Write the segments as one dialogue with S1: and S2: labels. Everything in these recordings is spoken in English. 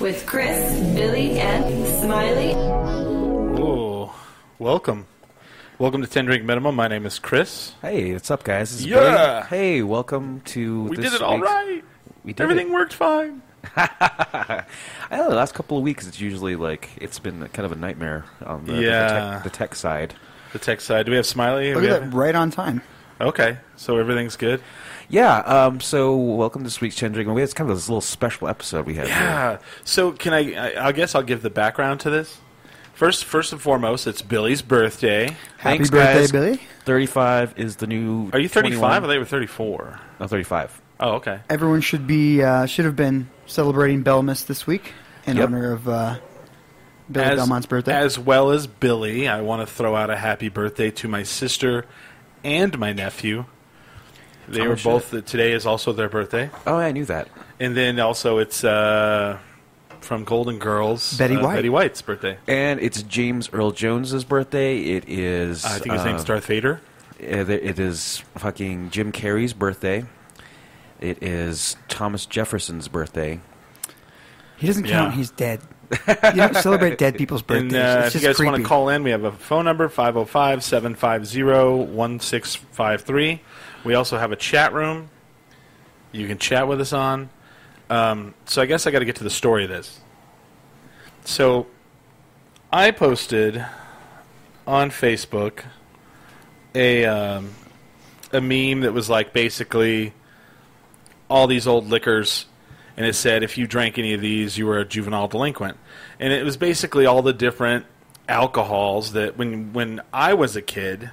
S1: with Chris, Billy, and Smiley.
S2: Ooh, welcome. Welcome to 10 Drink Minimum. My name is Chris.
S3: Hey, what's up, guys? This is
S2: Yeah.
S3: Billy. Hey, welcome to.
S2: We
S3: this
S2: did it all
S3: week's-
S2: right.
S3: We did
S2: Everything
S3: It.
S2: worked fine.
S3: I know the last couple of weeks, it's usually like it's been kind of a nightmare on the, the
S2: Yeah.
S3: tech, the tech side.
S2: The tech side. Do we have Smiley?
S4: Look
S2: We
S4: at
S2: have-
S4: that, right on time.
S2: Okay, so everything's good.
S3: Yeah. Um. So, welcome to this week's Chen Drinking. It's kind of this little special episode we have. Here.
S2: Yeah. So can I, I? I guess I'll give the background to this. First, first and foremost, it's Billy's birthday.
S4: Happy
S3: Thanks,
S4: birthday,
S3: guys.
S4: Billy.
S3: Thirty-five is the new.
S2: Are you 35? I
S3: 21
S2: thought you were 34.
S3: No, thirty-five.
S2: Oh, okay.
S4: Everyone should be uh, should have been celebrating Belmas this week in
S3: Yep.
S4: honor of uh, Billy Belmont's birthday.
S2: As well as Billy, I want to throw out a happy birthday to my sister and my nephew. They
S3: Oh,
S2: were
S3: shit.
S2: both. Today is also their birthday,
S3: Oh, I knew that.
S2: and then also it's uh, from Golden Girls,
S4: Betty
S2: uh,
S4: White.
S2: Betty White's birthday.
S3: And it's James Earl Jones's birthday. It is.
S2: I think his
S3: uh,
S2: name's
S4: Ah.
S2: Darth Vader.
S3: Uh, there- It is fucking Jim Carrey's birthday. It is Thomas Jefferson's birthday.
S4: he doesn't count;
S2: yeah.
S4: he's dead. you don't celebrate dead people's birthdays.
S2: And uh,
S4: it's
S2: if you
S4: just
S2: guys
S4: creepy.
S2: want to call in, we have a phone number 505 750 1653. We also have a chat room you can chat with us on. Um, so I guess I got to get to the story of this. So I posted on Facebook a um, a meme that was like basically all these old liquors, and it said if you drank any of these, you were a juvenile delinquent, and it was basically all the different alcohols that when when I was a kid,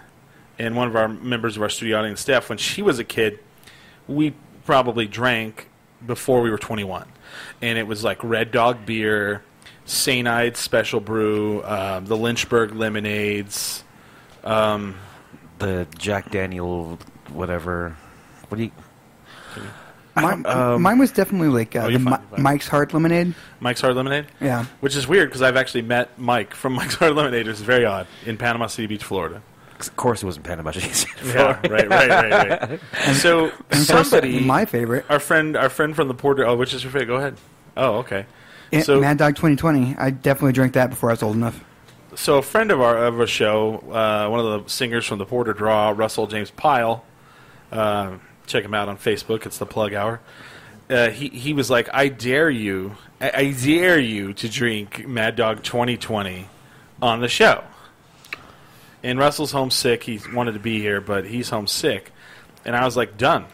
S2: and one of our members of our studio audience, Steph, when she was a kid, we probably drank before we were 21, and it was like Red Dog beer, St. Ides Special Brew, um, the Lynchburg lemonades.
S3: The Jack Daniel, whatever. What do you?
S4: mine, mine was definitely like uh,
S2: Um, Oh,
S4: the
S2: you're fine,
S4: Mi-
S2: you're fine.
S4: Mike's Hard Lemonade.
S2: Mike's Hard Lemonade?
S4: Yeah.
S2: Which is weird because I've actually met Mike from Mike's Hard Lemonade, which is very odd, in Panama City Beach, Florida.
S3: Of course, it wasn't Panama. Jeez.
S2: Yeah, right, right, right, right. so
S4: And of course,
S2: somebody, Uh,
S4: my favorite,
S2: our friend, our friend from the Porter. Oh, which is your favorite? Go ahead. Oh, okay.
S4: eh,
S2: so,
S4: Mad Dog 2020. I definitely drank that before I was old enough.
S2: so a friend of our of our show, uh, one of the singers from the Porter Draw, Russell James Pyle. Um, check him out on Facebook. It's the Plug Hour. Uh, he he was like, I dare you, I, I dare you to drink Mad Dog 2020 on the show. And Russell's homesick. He wanted to be here, but he's homesick. And I was like, done.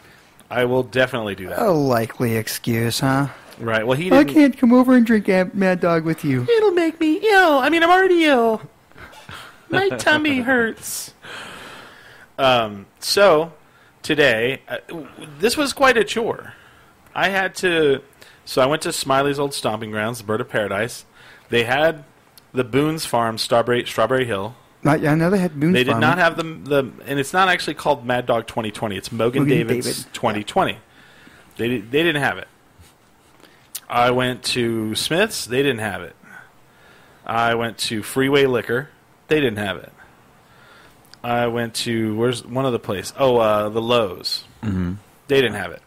S2: I will definitely do that.
S4: A likely excuse, huh?
S2: Right. Well, he
S4: I
S2: didn't.
S4: can't come over and drink Ab- Mad Dog with you.
S2: It'll make me ill. I mean, I'm already ill. My tummy hurts. Um, so today, uh, w- this was quite a chore. I had to. So I went to Smiley's old stomping grounds, the Bird of Paradise. They had the Boone's Farm, Strawberry, Strawberry Hill.
S4: I, I know they had Boone's
S2: They did
S4: Farm.
S2: not have the the, and it's not actually called Mad Dog 2020. It's Mogan,
S4: Mogan
S2: Davis
S4: David.
S2: 2020. They di- they didn't have it. I went to Smith's. They didn't have it. I went to Freeway Liquor. They didn't have it. I went to where's one other place? Oh, uh, the Lowe's. Mm-hmm. They didn't have it.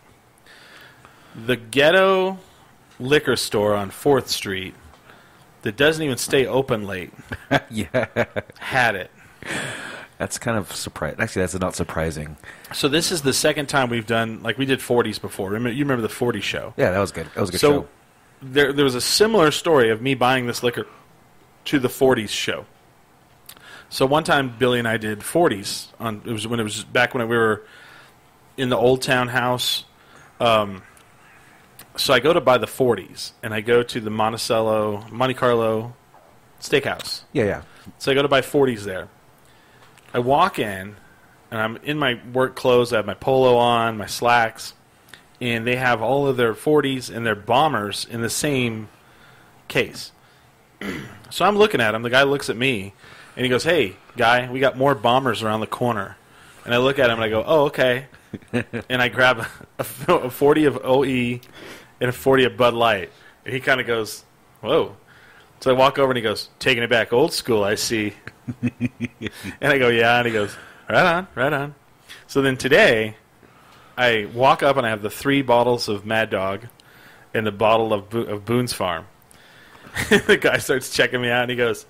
S2: The ghetto liquor store on Fourth Street that doesn't even stay open late
S3: yeah,
S2: had it.
S3: that's kind of surprising. Actually, that's not surprising.
S2: So this is the second time we've done like we did 40s before. Remember, you remember the 40 show?
S3: Yeah, that was good. That was a good
S2: so
S3: show.
S2: there there was a similar story of me buying this liquor to the 40s show. So one time Billy and I did 40s on it was when it was back when we were in the old town house. Um, so I go to buy the 40s and I go to the Monticello Monte Carlo steakhouse.
S3: Yeah, yeah.
S2: So I go to buy 40s there. I walk in, and I'm in my work clothes. I have my polo on, my slacks, and they have all of their 40s and their bombers in the same case. so I'm looking at him. The guy looks at me, and he goes, "Hey, guy, we got more bombers around the corner." And I look at him and I go, "Oh, okay." and I grab a, a 40 of OE and a 40 of Bud Light, and he kind of goes, "Whoa." So I walk over and he goes, taking it back old school, I see. and I go, yeah. And he goes, right on, right on. So then today, I walk up and I have the three bottles of Mad Dog and the bottle of, Bo- of Boone's Farm. the guy starts checking me out and he goes,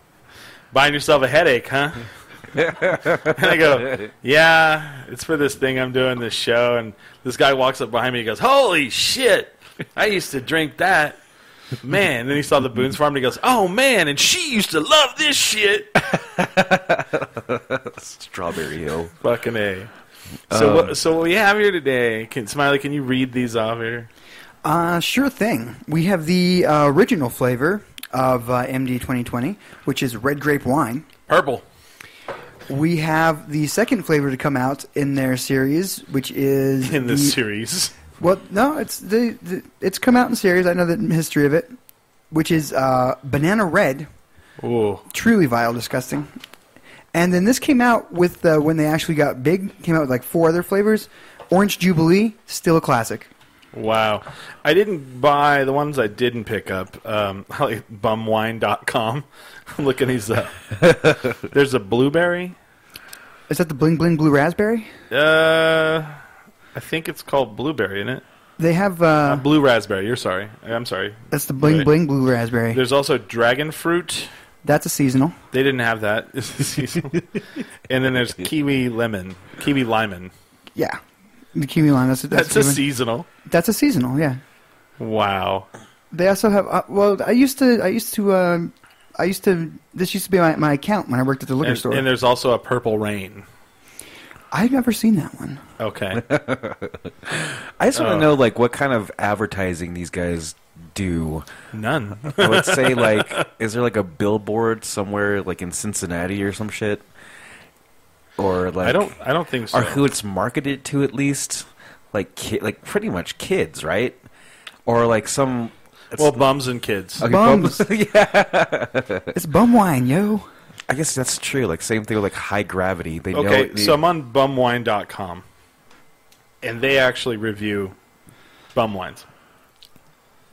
S2: Buying yourself a headache, huh? and I go, Yeah, it's for this thing I'm doing, this show. And this guy walks up behind me and he goes, Holy shit! I used to drink that. Man, and then he saw the Boone's Farm and he goes, Oh man, and she used to love this shit.
S3: Strawberry Hill.
S2: Fucking A. Um, So, what, so what we have here today, can, Smiley, can you read these off here?
S4: Uh, sure thing. We have the uh, original flavor of uh, MD 2020, which is red grape wine.
S2: Purple.
S4: We have the second flavor to come out in their series, which is
S2: In this
S4: the-
S2: series.
S4: Well, no, it's the, the it's come out in series. I know the history of it, which is uh, banana red,
S2: Ooh.
S4: truly vile, disgusting. And then this came out with uh, when they actually got big. Came out with like four other flavors. Orange Jubilee, still a classic.
S2: Wow. I didn't buy the ones I didn't pick up. Um, I like bumwine.com. I'm looking these up. There's a blueberry.
S4: Is that the bling bling blue raspberry?
S2: Uh, I think it's called blueberry, isn't it?
S4: They have
S2: Uh,
S4: uh,
S2: blue raspberry. You're sorry. I'm sorry.
S4: that's the bling
S2: right.
S4: bling blue raspberry.
S2: There's also dragon fruit.
S4: That's a seasonal.
S2: They didn't have that. and then there's kiwi lemon, kiwi limon.
S4: Yeah, the kiwi lime. That's a, that's,
S2: That's a seasonal.
S4: that's a seasonal. Yeah.
S2: Wow.
S4: They also have. Uh, well, I used to. I used to. Um, I used to. This used to be my, my account when I worked at the liquor
S2: And,
S4: store.
S2: and there's also a purple rain.
S4: I've never seen that one.
S2: Okay.
S3: I just want
S2: Oh.
S3: to know like what kind of advertising these guys do.
S2: None.
S3: I would say like, is there like a billboard somewhere like in Cincinnati or some shit, or like
S2: I don't. I don't think so.
S3: or who it's marketed to at least, like ki- like pretty much kids, right? Or like some it's-
S2: well, bums and kids.
S3: okay,
S4: Bums.
S3: yeah,
S4: It's bum wine, yo.
S3: I guess that's true. Like same thing with like high gravity. They know.
S2: Okay,
S3: they-
S2: so I'm on bumwine.com, and they actually review bum wines.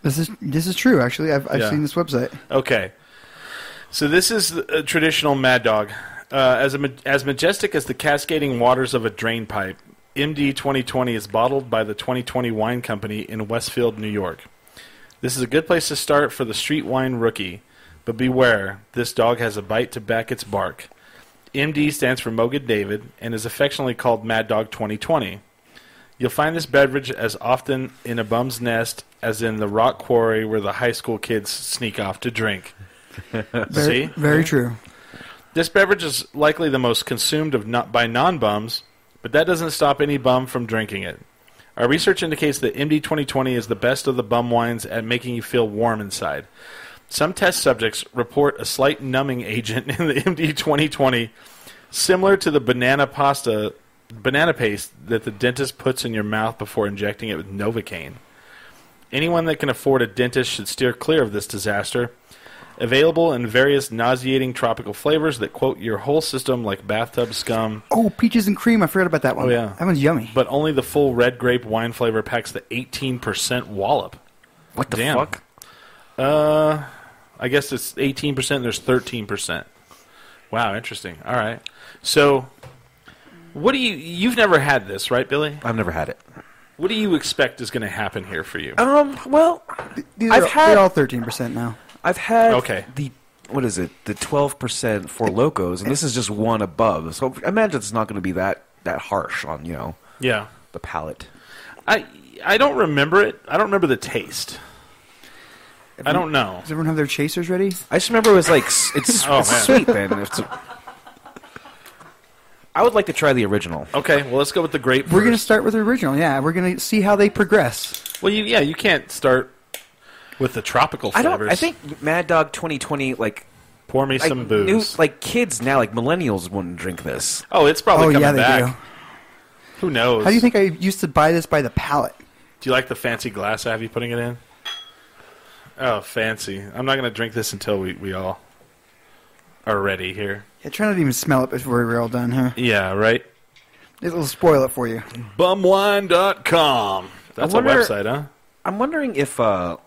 S4: This is this is true. Actually, I've I've
S2: Yeah.
S4: seen this website.
S2: Okay, so this is the- a traditional Mad Dog. Uh, as, a, ma- as majestic as the cascading waters of a drain pipe, MD 2020 is bottled by the 2020 Wine Company in Westfield, New York. This is a good place to start for the street wine rookie, but beware, this dog has a bite to back its bark. MD stands for Moga David and is affectionately called Mad Dog 2020. You'll find this beverage as often in a bum's nest as in the rock quarry where the high school kids sneak off to drink.
S4: Very,
S2: See?
S4: very true.
S2: This beverage is likely the most consumed of not by non-bums, but that doesn't stop any bum from drinking it. Our research indicates that MD 2020 is the best of the bum wines at making you feel warm inside. Some test subjects report a slight numbing agent in the MD 2020, similar to the banana pasta banana paste that the dentist puts in your mouth before injecting it with Novocaine. Anyone that can afford a dentist should steer clear of this disaster. Available in various nauseating tropical flavors that coat your whole system like bathtub scum,
S4: Oh, peaches and cream. I forgot about that one.
S2: Oh, yeah.
S4: that one's yummy.
S2: but only the full red grape wine flavor packs the 18% wallop.
S3: what the
S2: Damn.
S3: fuck?
S2: Uh, I guess it's 18%, and there's 13%. Wow, interesting. All right. So, what do you. You've never had this, right, Billy?
S3: I've never had it.
S2: What do you expect is going to happen here for
S4: Oh.
S2: you?
S3: Um. Well,
S4: These
S3: I've
S4: are,
S3: had-
S4: they're all thirteen percent now.
S3: I've had
S2: Okay.
S3: the what is it? The twelve percent for locos, and this is just one above. So I imagine it's not going to be that that harsh on you know
S2: Yeah.
S3: the palate.
S2: I, I don't remember it. I don't remember the taste. I don't know.
S4: Does everyone have their chasers ready?
S3: I just remember it was like s- it's,
S2: Oh,
S3: it's
S2: man.
S3: sweet then. If it's a- I would like to try the original.
S2: Okay, well, let's go with the grape.
S4: We're gonna
S2: first.
S4: start with the original. Yeah, we're gonna see how they progress.
S2: Well, you yeah, you can't start with the tropical
S3: I
S2: flavors.
S3: don't. I think Mad Dog 2020 like
S2: pour me
S3: like,
S2: some
S3: new-
S2: booze.
S3: like kids now like millennials wouldn't drink this.
S2: oh, it's probably
S4: oh
S2: coming
S4: yeah, they
S2: back.
S4: do.
S2: Who knows?
S4: How do you think I used to buy this by the pallet?
S2: Do you like the fancy glass I have you putting it in? Oh, fancy! I'm not gonna drink this until we, we all are ready here.
S4: Yeah, try not to even smell it before we're all done, huh?
S2: Yeah, right.
S4: It'll spoil it for you.
S2: Bumwine.com. That's
S3: I wonder-
S2: a website, huh?
S3: I'm wondering if uh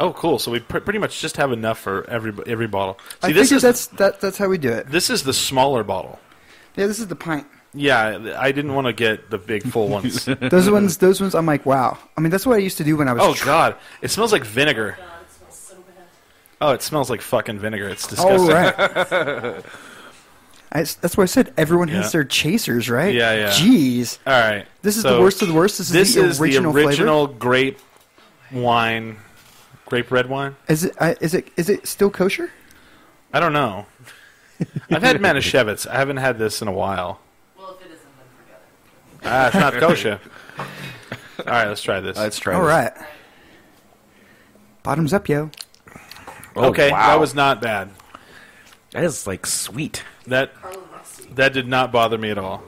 S2: Oh, cool. So we pr- pretty much just have enough for every every bottle. See,
S4: I
S2: this
S4: figured
S2: is
S4: that's that, that's how we do it.
S2: this is the smaller bottle.
S4: Yeah, this is the pint.
S2: Yeah, I didn't want to get the big full ones.
S4: Those ones, those ones. I'm like, wow. I mean, that's what I used to do when I was.
S2: Oh
S4: tr-
S2: God! It smells like vinegar. Oh, it smells like fucking vinegar. It's disgusting.
S4: All Oh, right. I, that's what I said. Everyone
S2: Yeah.
S4: has their chasers, right?
S2: Yeah, yeah.
S4: Jeez.
S2: All right.
S4: This is
S2: So
S4: the worst of the worst. This is
S2: This
S4: the
S2: is
S4: original,
S2: the
S4: flavor.
S2: original grape wine, grape red wine.
S4: Is it? I is it? Is it still kosher?
S2: I don't know. I've had Manischewitz. I haven't had this in a while.
S1: Well, if it isn't, then forget it.
S2: Ah, it's not kosher. All right, let's try this.
S3: Let's try.
S4: All
S3: this.
S4: right. Bottoms up, yo.
S3: Oh,
S2: okay,
S3: wow.
S2: that was not bad.
S3: That is like sweet.
S2: That that did not bother me at all.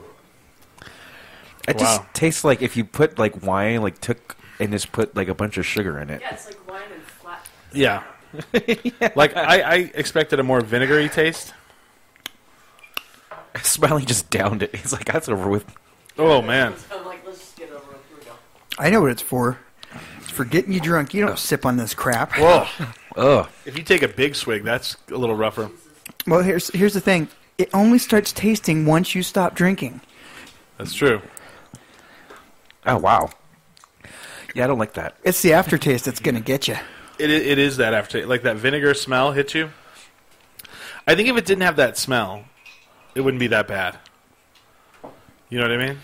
S3: It just
S2: Wow.
S3: tastes like if you put like wine, like took and just put like a bunch of sugar in it.
S1: Yeah, it's like wine and flat.
S2: Yeah. Like I, I expected a more vinegary taste.
S3: Smiley just downed it. He's like, that's over with.
S2: Oh man.
S1: I'm like, let's just get over it. Here we go.
S4: I know what it's for. It's for getting you drunk. You don't sip on this crap.
S2: Whoa.
S3: Ugh.
S2: If you take a big swig, that's a little rougher.
S4: Well, here's here's the thing. It only starts tasting once you stop drinking.
S2: That's true.
S3: Oh wow. Yeah, I don't like that.
S4: It's the aftertaste that's gonna get you.
S2: It i- it is that after like that vinegar smell hits you. I think if it didn't have that smell, it wouldn't be that bad. You know what I mean?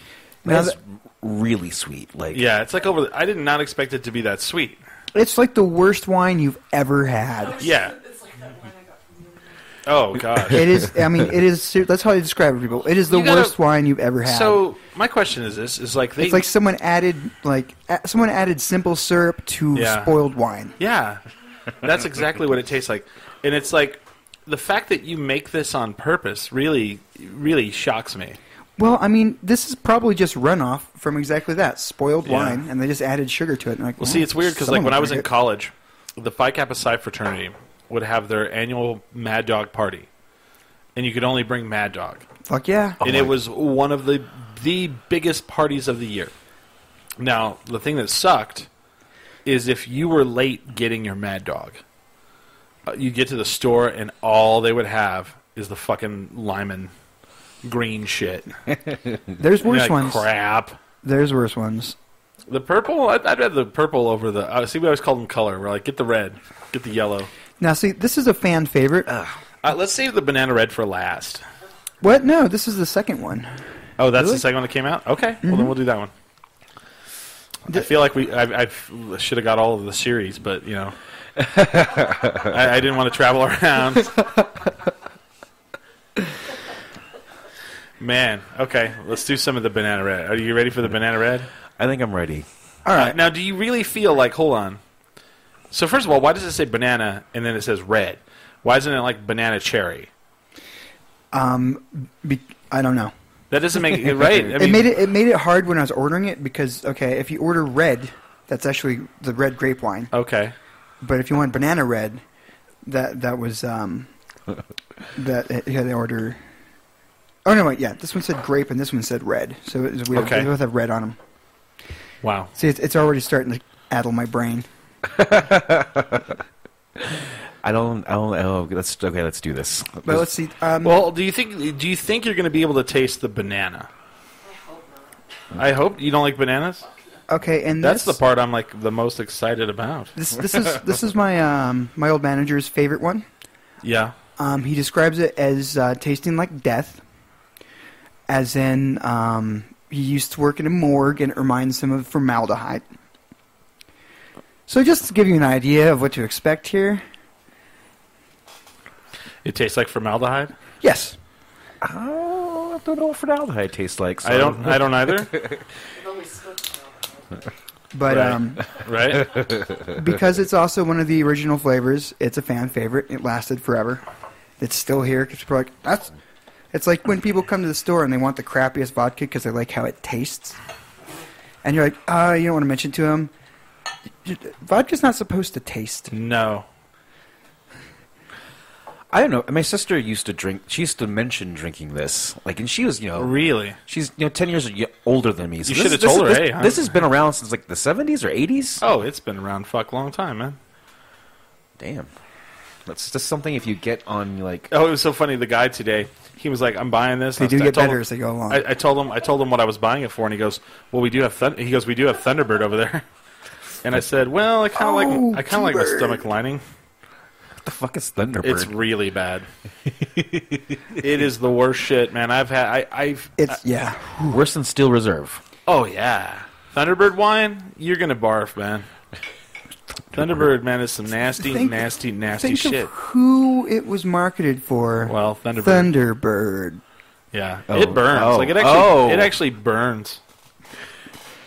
S4: Now
S3: That's
S4: that-
S3: really sweet. Like
S2: Yeah, it's like over. The, I did not expect it to be that sweet.
S4: It's like the worst wine you've ever had.
S2: Yeah.
S1: It's like that wine I got from you.
S2: Oh gosh.
S4: It is. I mean, it is. ser- That's how I describe it, to people. It is the
S2: You gotta-
S4: worst wine you've ever had.
S2: so my question is this: Is like they?
S4: it's like someone added like a- someone added simple syrup to
S2: Yeah.
S4: spoiled wine.
S2: yeah, that's exactly what it tastes like, and it's like the fact that you make this on purpose really, really shocks me.
S4: Well, I mean, this is probably just runoff from exactly that spoiled
S2: Yeah.
S4: wine, and they just added sugar to it. And like,
S2: Well, see, it's weird because like
S4: someone
S2: when I
S4: will
S2: was in
S4: drink it.
S2: college, the Phi Kappa Psi fraternity would have their annual Mad Dog party, and you could only bring Mad Dog,
S4: fuck yeah,
S2: and it was one of the the biggest parties of the year. Now, the thing that sucked is if you were late getting your Mad Dog, uh, you get to the store and all they would have is the fucking Lyman green shit.
S4: there's worse
S2: Like,
S4: ones.
S2: Crap.
S4: There's worse ones.
S2: The purple, I'd, I'd rather the purple over the. Uh, see, we always call them color. We're like, get the red, get the yellow.
S4: Now, see, this is a fan favorite.
S2: Uh, let's save the banana red for last.
S4: what? No, this is the second one.
S2: Oh, that's
S4: Really? Mm-hmm.
S2: the second one that came out. Okay, well then we'll do that one. I feel like we I, I should have got all of the series, but you know, I, I didn't want to travel around. Man, okay, let's do some of the banana red. Are you ready for the banana red? Uh,
S3: I think I'm ready.
S4: All right.
S2: Now, do you really feel like, hold on. So, first of all, why does it say banana and then it says red? Why isn't it like banana cherry?
S4: Be- I don't know.
S2: That doesn't make it right. I mean,
S4: it made it. It made it hard when I was ordering it because okay, if you order red, that's actually the red grape wine.
S2: Okay.
S4: But if you want banana red, that that was um, that you had to order. Oh no! Wait, yeah, this one said grape and this one said red, so it was, we
S2: Okay.
S4: they both have red on them.
S2: Wow.
S4: See, it's, it's already starting to addle my brain.
S3: I don't. I don't. Oh, let's okay. Let's do this.
S4: But let's see. Um,
S2: Well, do you think do you think you're going to be able to taste the banana?
S1: I hope not.
S2: I hope you don't like bananas.
S4: okay, and
S2: That's the
S4: this,
S2: part I'm like the most excited about.
S4: This this is this is my um, my old manager's favorite one.
S2: Yeah.
S4: Um, he describes it as uh, tasting like death, as in um, he used to work in a morgue and it reminds him of formaldehyde. So, just to give you an idea of what to expect here,
S2: It tastes like formaldehyde.
S4: yes,
S3: Oh, I don't know what formaldehyde tastes like. So
S2: I don't I don't either.
S1: It only smokes now.
S4: but
S2: Right.
S4: um,
S2: Right?
S4: because it's also one of the original flavors, it's a fan favorite. It lasted forever. It's still here because people are like, that's. It's like when people come to the store and they want the crappiest vodka because they like how it tastes, and you're like, ah, you don't want to mention to them. Vodka's not supposed to taste.
S2: No.
S3: I don't know. My sister used to drink. She used to mention drinking this. Like, and she was, you know,
S2: Really?
S3: she's you know ten years y- older than me. So
S2: You
S3: this
S2: should
S3: is-
S2: have told
S3: this,
S2: her,
S3: This,
S2: hey, huh?
S3: this has been around since like the seventies or eighties.
S2: Oh, it's been around fuck long time, man.
S3: Damn. That's just something if you get on like
S2: Oh, it was so funny. The guy today, he was like, "I'm buying this."
S4: They
S2: I
S4: do
S2: was- I
S4: get
S2: told
S4: better
S2: him-
S4: as they go along.
S2: I, I told him, I told him what I was buying it for, and he goes, "Well, we do have." Thun-, he goes, "We do have Thunderbird over there," and I said, "Well, I kind of
S4: Oh,
S2: like, I kind of like my
S4: T-Bird.
S2: stomach lining."
S3: the fuck is Thunderbird?
S2: It's really bad. it is the worst shit, man. I've had. I, I've.
S4: It's yeah.
S3: worse than Steel Reserve.
S2: Oh yeah, Thunderbird wine. You're gonna barf, man. Thunderbird, man, is some nasty,
S4: Think-
S2: nasty, nasty
S4: Think
S2: shit.
S4: of who it was marketed for.
S2: Well, Thunderbird.
S4: Thunderbird.
S2: yeah,
S3: Oh.
S2: it burns.
S3: Oh.
S2: Like it actually,
S3: Oh.
S2: it actually burns.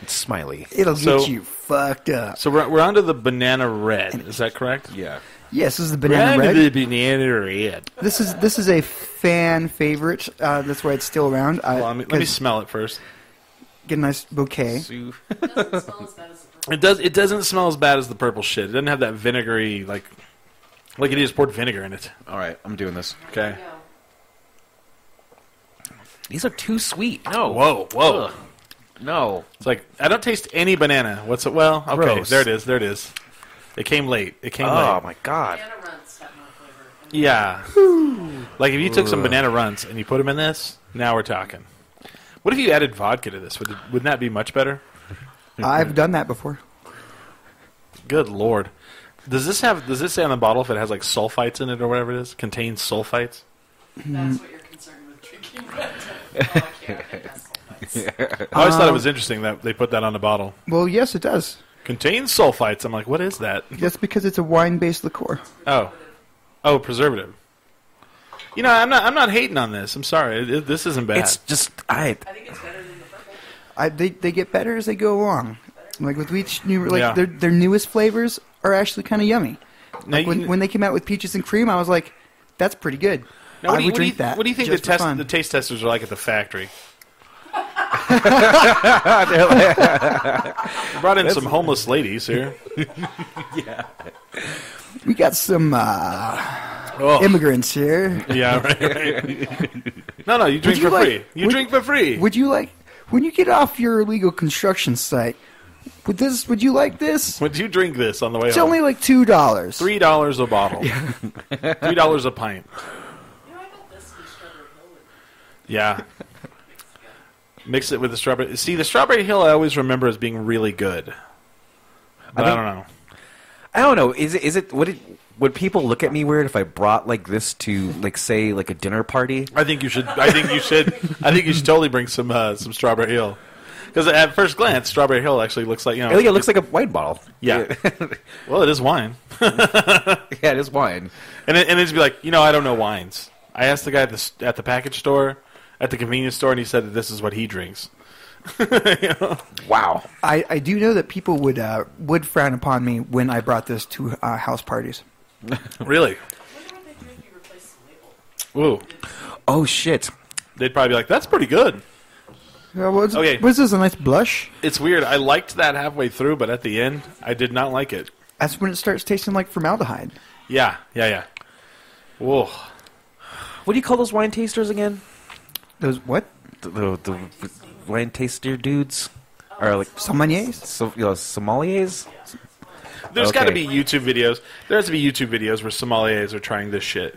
S3: It's Smiley.
S4: It'll
S2: So-
S4: get you fucked up.
S2: So we're we're onto the banana red. Is that correct?
S3: Yeah.
S4: Yes, this is the banana
S2: We're
S4: red. Uh,
S2: onto the banana red.
S4: This is this is a fan favorite. Uh, that's why it's still around. I,
S2: Well, let me, let me
S4: 'cause
S2: smell it first.
S4: get a nice bouquet.
S1: It doesn't smell as bad as the
S2: It does. It doesn't smell as bad as the purple shit. It doesn't have that vinegary like, like it just poured vinegar in it.
S3: All right, I'm doing this.
S2: Okay.
S1: No.
S3: These are too sweet. No.
S2: Whoa, whoa.
S3: Ugh. No.
S2: It's like I don't taste any banana. What's it? Well, okay,
S3: Gross.
S2: there it is. There it is. It came late. It came
S3: Oh
S2: late.
S3: my god.
S1: Banana runs have no flavor. And
S2: Yeah. like if you took some banana runts and you put them in this, now we're talking. What if you added vodka to this? Would wouldn't that be much better?
S4: Uh, I've done that before.
S2: Good lord. Does this have? Does this say on the bottle if it has like sulfites in it or whatever it is? Contains sulfites.
S1: That's what you're concerned with drinking red. Oh, I can't. I think that's sulfites.
S2: I always thought it
S3: Um.
S2: was interesting that they put that on the bottle.
S4: Well, yes, it does.
S2: Contains sulfites. I'm like, what is that?
S4: That's because it's a wine-based liqueur.
S2: Oh, oh, preservative. You know, I'm not. I'm not hating on this. I'm sorry. It- it- this isn't bad.
S3: It's just I.
S1: I think it's better than the purple.
S4: I, they they get better as they go along. Like with each new, like
S2: Yeah.
S4: their their newest flavors are actually kind of yummy.
S2: Now
S4: Like
S2: you
S4: when,
S2: can-
S4: when they came out with peaches and cream, I was like, that's pretty good.
S2: Now, what
S4: I
S2: do you, what do
S4: would
S2: you-
S4: drink that.
S2: What do you think the,
S4: just for
S2: test,
S4: fun.
S2: the taste testers are like at the factory? We brought in some homeless ladies here.
S4: we got some uh,
S2: Oh.
S4: immigrants here.
S2: yeah, right, right. No, no, you drink
S4: you
S2: for
S4: like-
S2: free. You
S4: would-
S2: drink for free.
S4: Would you like when you get off your illegal construction site? Would this? Would you like this?
S2: Would you drink this on the way
S4: It's
S2: home?
S4: only like two dollars.
S2: Three dollars a bottle. Three dollars a pint.
S1: You know, I got this from Strawberry Hill. and
S2: Yeah. Mix it with the strawberry. See, the strawberry hill I always remember as being really good. But I,
S3: think-
S2: don't know.
S3: I don't know. Is it? Is it? Would it? Would people look at me weird if I brought like this to like say like a dinner party?
S2: I think you should. I think you should. I think you should totally bring some uh, some Strawberry Hill, because at first glance, Strawberry Hill actually looks like you know.
S3: I think it looks like a wine bottle.
S2: yeah. well, it is wine,
S3: yeah, it is wine.
S2: and it, and it'd be like you know I don't know wines. I asked the guy at the s- at the package store, at the convenience store, and he said that this is what he drinks.
S3: Wow.
S4: I, I do know that people would uh, would frown upon me when I brought this to uh, house parties.
S2: Really?
S1: I wonder what they do if you replace the label.
S2: Ooh.
S3: Oh shit.
S2: They'd probably be like, "That's pretty good."
S4: Uh, what's,
S2: Okay.
S4: what's this? A nice blush?
S2: It's weird. I liked that halfway through, but at the end, I did not like it.
S4: That's when it starts tasting like formaldehyde.
S2: Yeah, yeah, yeah. Whoa.
S3: What do you call those wine tasters again?
S4: Those what?
S3: The, the, the wine taster dudes are like
S4: Sommeliers?
S3: so, you know, sommeliers.
S2: There's got to be
S3: Okay.
S2: YouTube videos. There has to be YouTube videos where sommeliers are trying this shit.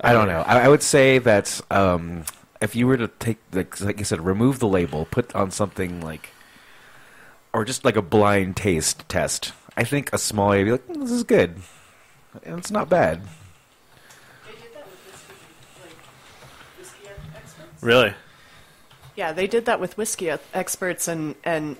S3: I don't know. I, I would say that um, if you were to take, like, like you said, remove the label, put on something like, or just like a blind taste test. I think a small would be like, "Mm, this is good. And It's not bad.
S1: They did that with whiskey, like whiskey experts.
S2: Really?
S5: Yeah, they did that with whiskey e- experts, and and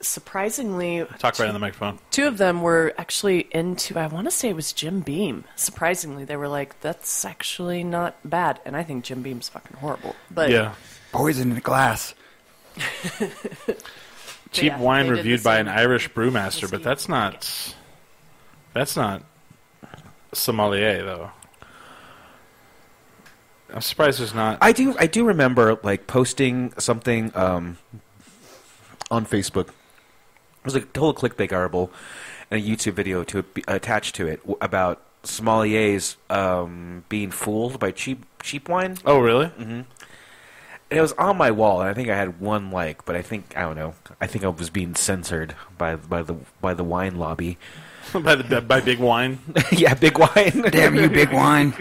S5: surprisingly,
S2: Talk right on the microphone.
S5: two of them were actually into. I want to say it was Jim Beam. Surprisingly, they were like, "That's actually not bad," and I think Jim Beam's fucking horrible. But
S2: yeah.
S4: Poison in a glass.
S2: Cheap
S5: yeah,
S2: wine
S5: they did the
S2: reviewed by an
S5: same.
S2: Irish brewmaster, but
S5: same.
S2: that's not. That's not sommelier though. I'm surprised there's not.
S3: I do. I do remember like posting something um, on Facebook. It was like a total clickbait article and a YouTube video to be attached to it w- about sommeliers um, being fooled by cheap cheap wine.
S2: oh really?
S3: And it was on my wall, and I think I had one like, but I think I don't know. I think I was being censored by by the by the wine lobby.
S2: by the by, big wine.
S3: yeah, big wine.
S4: Damn you, big wine.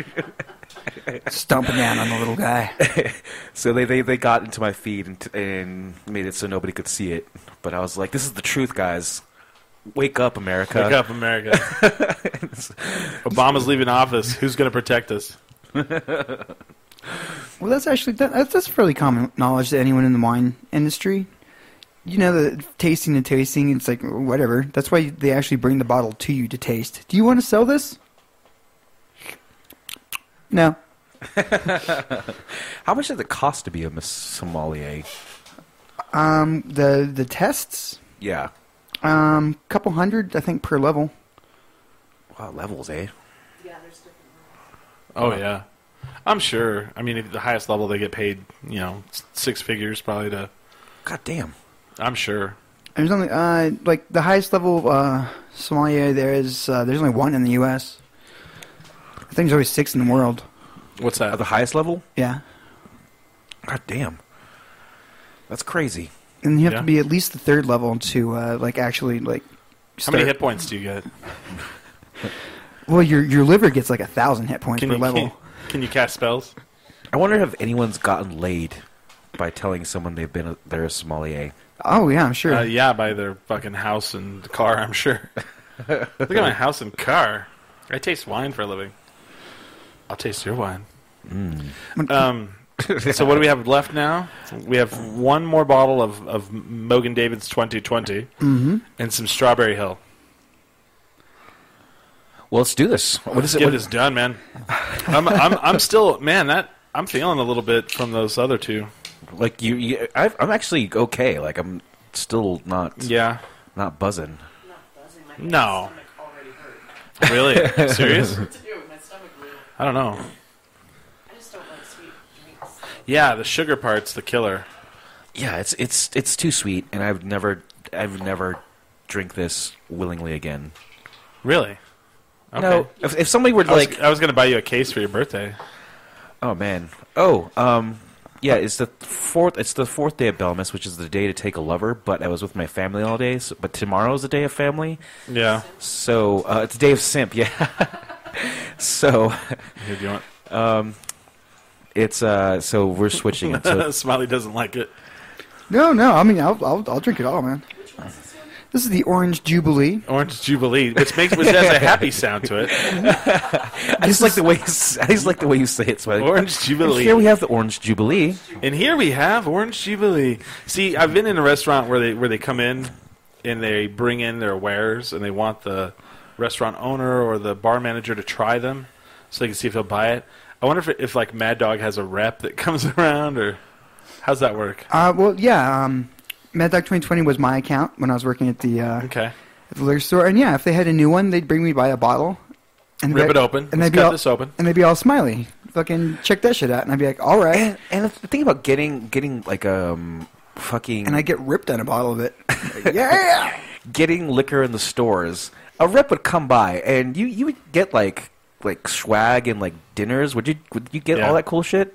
S4: Stomping down on the little guy.
S3: So they, they, they got into my feed and, and made it so nobody could see it. But I was like, this is the truth, guys. Wake up, America.
S2: Wake up, America. Obama's leaving office. Who's going to protect us?
S4: Well, that's actually that, that's, that's fairly common knowledge to anyone in the wine industry. You know, the tasting and tasting, it's like whatever. That's why they actually bring the bottle to you to taste. Do you want to sell this? No.
S3: How much does it cost to be a Miss Sommelier?
S4: Um, the the tests,
S3: Yeah.
S4: um, couple hundred, I think, per level.
S3: Wow, levels, eh?
S1: Yeah, there's different ones.
S2: Oh yeah, I'm sure. I mean, at the highest level, they get paid, you know, s- six figures probably. To
S3: God damn.
S2: I'm sure.
S4: There's only uh like the highest level uh sommelier there is uh, there's only one in the U.S. I think there's always six in the world.
S2: What's
S3: At
S2: that?
S3: the highest level?
S4: Yeah,
S3: God damn. That's crazy.
S4: and you have
S2: Yeah.
S4: to be at least the third level to uh like actually like.
S2: How many
S4: start-
S2: hit points do you get?
S4: Well, your your liver gets like a thousand hit points
S2: Can
S4: per
S2: you
S4: level.
S2: Can, can you cast spells?
S3: I wonder if anyone's gotten laid by telling someone they've been a, they're a sommelier.
S4: Oh yeah, I'm sure.
S2: Uh, yeah, by their fucking house and car. I'm sure. Look at my house and car. I taste wine for a living. I'll taste your wine. Um, so what do we have left now? We have one more bottle of of Mogan David's 2020 and some Strawberry Hill.
S3: Well, let's do this. What is it?
S2: Get
S3: What
S2: this done, man. I'm, I'm, I'm still, man. That I'm feeling a little bit from those other two.
S3: like you? you I've, I'm actually okay. Like I'm still not
S2: Yeah.
S3: not buzzing.
S1: I'm not buzzing. My
S2: No.
S1: stomach already hurt.
S2: Really? Serious?
S1: What to do? My stomach really.
S2: I don't know.
S1: I just don't like sweet drinks.
S2: Yeah, the sugar part's the killer.
S3: Yeah, it's it's it's too sweet, and I've never I've never drink this willingly again.
S2: Really?
S3: No, if, if somebody were to,
S2: I was,
S3: like,
S2: I was gonna buy you a case for your birthday.
S3: oh man, oh um, yeah, it's the fourth. It's the fourth day of Belmas, which is the day to take a lover. But I was with my family all day, so, but tomorrow's the day of family.
S2: Yeah.
S3: So uh, it's the day of simp, yeah. so
S2: Here, do you want?
S3: it's uh, so we're switching it to
S2: Smiley doesn't like it.
S4: no, no. I mean, I'll, I'll I'll drink it all, man.
S1: Which one's this one?
S4: This is the Orange Jubilee.
S2: Orange Jubilee, which makes which has a happy sound to it.
S3: I just like the way you, s- I just like the way you say it. Smiley.
S2: Orange Jubilee.
S3: Here we have the orange jubilee.
S2: And here we have Orange Jubilee. See, I've been in a restaurant where they where they come in and they bring in their wares and they want the restaurant owner or the bar manager to try them so they can see if they'll buy it. I wonder if if like Mad Dog has a rep that comes around or how's that work?
S4: Uh, well, yeah. Um, Mad Dog 2020 was my account when I was working at the uh,
S2: Okay.
S4: at the liquor store, and yeah, if they had a new one, they'd bring me by a bottle. And
S2: Rip it
S4: they'd-
S2: open.
S4: And
S2: Let's
S4: they'd be
S2: cut
S4: all,
S2: this open.
S4: And they'd be all smiley. Fucking check that shit out, and I'd be like, all right.
S3: And, and the thing about getting getting like um fucking
S4: And I get ripped on a bottle of it. Like, yeah.
S3: getting liquor in the stores, a rep would come by and you you would get like like swag and like dinners. Would you would you get
S2: Yeah.
S3: all that cool shit?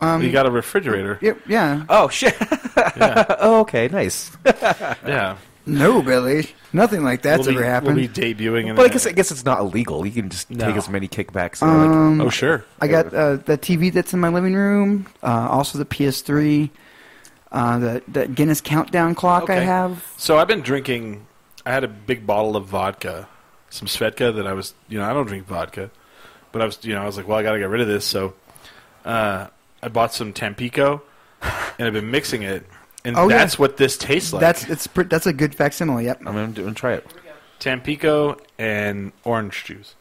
S4: Um,
S2: you got a refrigerator.
S4: Yep. Yeah.
S3: Oh shit!
S2: Yeah.
S3: oh okay, nice.
S2: yeah.
S4: No, Billy. Nothing like that's
S2: we'll
S4: ever
S2: be,
S4: happened.
S2: We'll be debuting in
S3: but I
S2: the-
S3: guess I guess it's not illegal. You can just
S2: No.
S3: take as many kickbacks. and,
S4: um,
S2: Oh sure.
S4: I got uh, the TV that's in my living room. Uh, also the PS3. Uh, the that Guinness countdown clock I
S2: Okay.
S4: have.
S2: So I've been drinking. I had a big bottle of vodka, some Svedka that I was. You know, I don't drink vodka, but I was. You know, I was like, well, I got to get rid of this. So uh, I bought some Tampico, and I've been mixing it, and
S4: Oh, yeah.
S2: that's what this tastes like. Oh.
S4: that's it's pre- that's a good facsimile. Yep.
S3: I'm, gonna, I'm gonna try it.
S1: Here we go.
S2: Tampico and orange juice,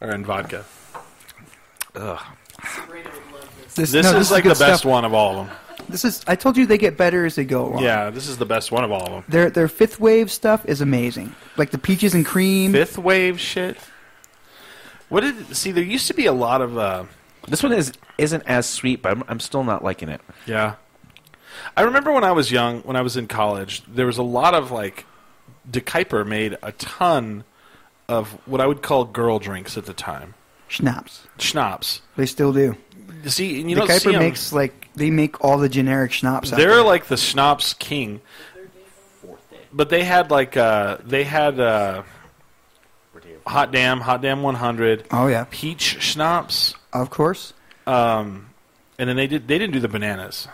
S2: or and vodka.
S3: Ugh.
S1: Brady would love this.
S4: This,
S2: This
S4: no,
S2: is like the
S4: good
S2: best
S4: stuff.
S2: one of all of them.
S4: This is. I told you they get better as they go along.
S2: Yeah, this is the best one of all of them.
S4: Their their fifth wave stuff is amazing. Like the peaches and cream.
S2: Fifth wave shit. What did see? There used to be a lot of. Uh,
S3: This one is isn't as sweet, but I'm, I'm still not liking it.
S2: Yeah. I remember when I was young, when I was in college, there was a lot of like De Kuyper made a ton of what I would call girl drinks at the time.
S4: Schnapps.
S2: Schnapps.
S4: They still do.
S2: See, and you
S4: the
S2: don't see
S4: Kuiper
S2: 'em.
S4: makes like they make all the generic schnapps. out
S2: They're
S4: there.
S2: like the schnapps king. But they had like uh they had uh Hot Damn, Hot Damn 100,
S4: oh yeah,
S2: peach schnapps,
S4: of course.
S2: um and then they did they didn't do the bananas.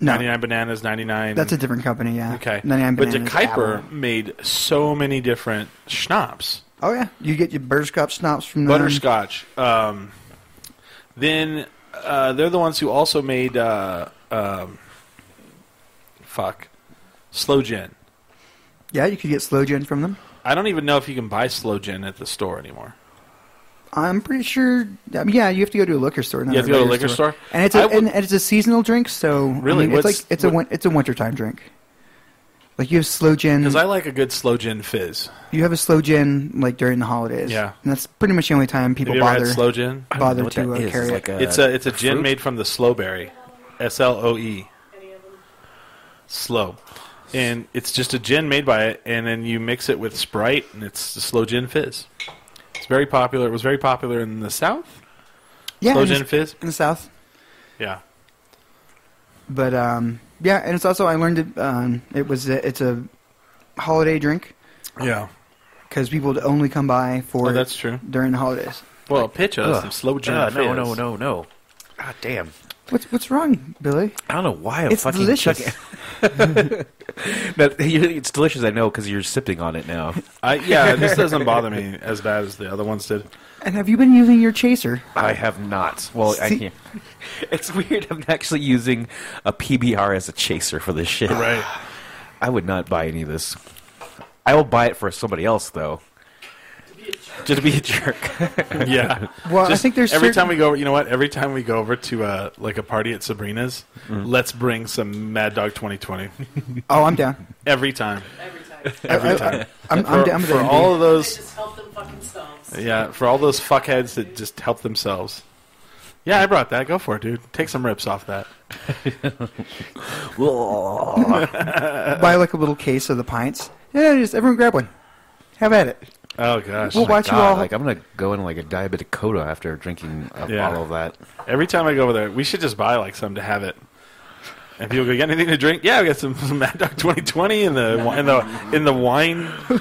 S4: No.
S2: 99 bananas, 99.
S4: That's a different company, yeah.
S2: Okay.
S4: 99
S2: but De
S4: Bananas,
S2: Kuyper
S4: Apple.
S2: made so many different schnapps.
S4: Oh, yeah. You get your butterscotch schnapps from them.
S2: Butterscotch. Um, then uh, they're the ones who also made uh, um, fuck slow gin.
S4: Yeah, you could get slow gin from them.
S2: I don't even know if you can buy slow gin at the store anymore.
S4: I'm pretty sure. I mean, yeah, you have to go to a liquor store. not
S2: You have to go to a
S4: regular
S2: liquor store?
S4: and it's
S2: I
S4: a,
S2: would-
S4: and, and it's a seasonal drink. So I
S2: Really?
S4: mean, it's
S2: What's-
S4: like it's a
S2: what-
S4: win- it's a wintertime drink. Like you have slow gin.
S2: Because I like a good slow gin fizz.
S4: you have a slow gin like during the holidays.
S2: Yeah.
S4: and that's pretty much the only time
S2: Have
S4: people
S2: you ever
S4: bother
S2: had slow gin?
S3: I don't
S4: bother
S3: know what
S4: to
S3: that
S4: uh,
S3: is. It's
S4: carry it.
S3: like a-
S2: it's a it's a gin
S3: fruit?
S2: made from the sloe berry, S L O E,
S1: Any of them?
S2: sloe, and it's just a gin made by it, and then you mix it with Sprite, and it's the slow gin fizz. It's very popular. It was very popular in the South.
S4: yeah,
S2: slow
S4: in the-
S2: gin fizz.
S4: in the south.
S2: Yeah.
S4: But um, yeah, and it's also I learned it. Um, it was a, it's a holiday drink
S2: Yeah.
S4: because people would only come by for
S2: Oh,
S4: it
S2: that's true.
S4: during the holidays.
S2: Well, pitch us
S3: Ugh.
S2: some slow gin
S3: Ugh,
S2: fizz.
S3: Uh, no, no, no, no. God damn.
S4: What's what's wrong, Billy?
S3: I don't know why I'm
S4: It's
S3: fucking
S4: delicious.
S3: chucking- No, it's delicious, I know, because you're sipping on it now.
S2: I, yeah, this doesn't bother me as bad as the other ones did.
S4: And have you been using your chaser?
S3: I have not. Well, I
S4: See-
S3: can't. It's weird. I'm actually using a PBR as a chaser for this shit.
S2: Right.
S3: I would not buy any of this. I will buy it for somebody else, though. Just to be a jerk.
S2: yeah.
S4: Well, I
S2: Just
S4: think there's
S2: every
S4: certain-
S2: time we go. over You know what? Every time we go over to uh, like a party at Sabrina's, let's bring some Mad Dog 2020.
S4: Oh, I'm down.
S2: every time.
S1: Every time.
S2: Every
S4: I- I-
S2: time.
S4: I'm,
S2: for
S4: I'm down with
S2: for
S4: that.
S2: all of
S1: I
S2: those,
S1: just help them fuck themselves.
S2: yeah, for all those fuckheads that just help themselves. Yeah, I brought that. Go for it, dude. Take some rips off that.
S4: buy like a little case of the pints. Yeah, just everyone grab one. Have at it.
S2: Oh gosh.
S4: Well,
S3: My
S4: Watch you
S3: God,
S4: all-
S3: Like I'm gonna go in like a diabetic coda after drinking a
S2: Yeah.
S3: bottle of that.
S2: Every time I go over there, we should just buy like some to have it. And people go, "You "Got anything to drink?" Yeah, we got some, some Mad Dog 2020 in the wi- in the in the wine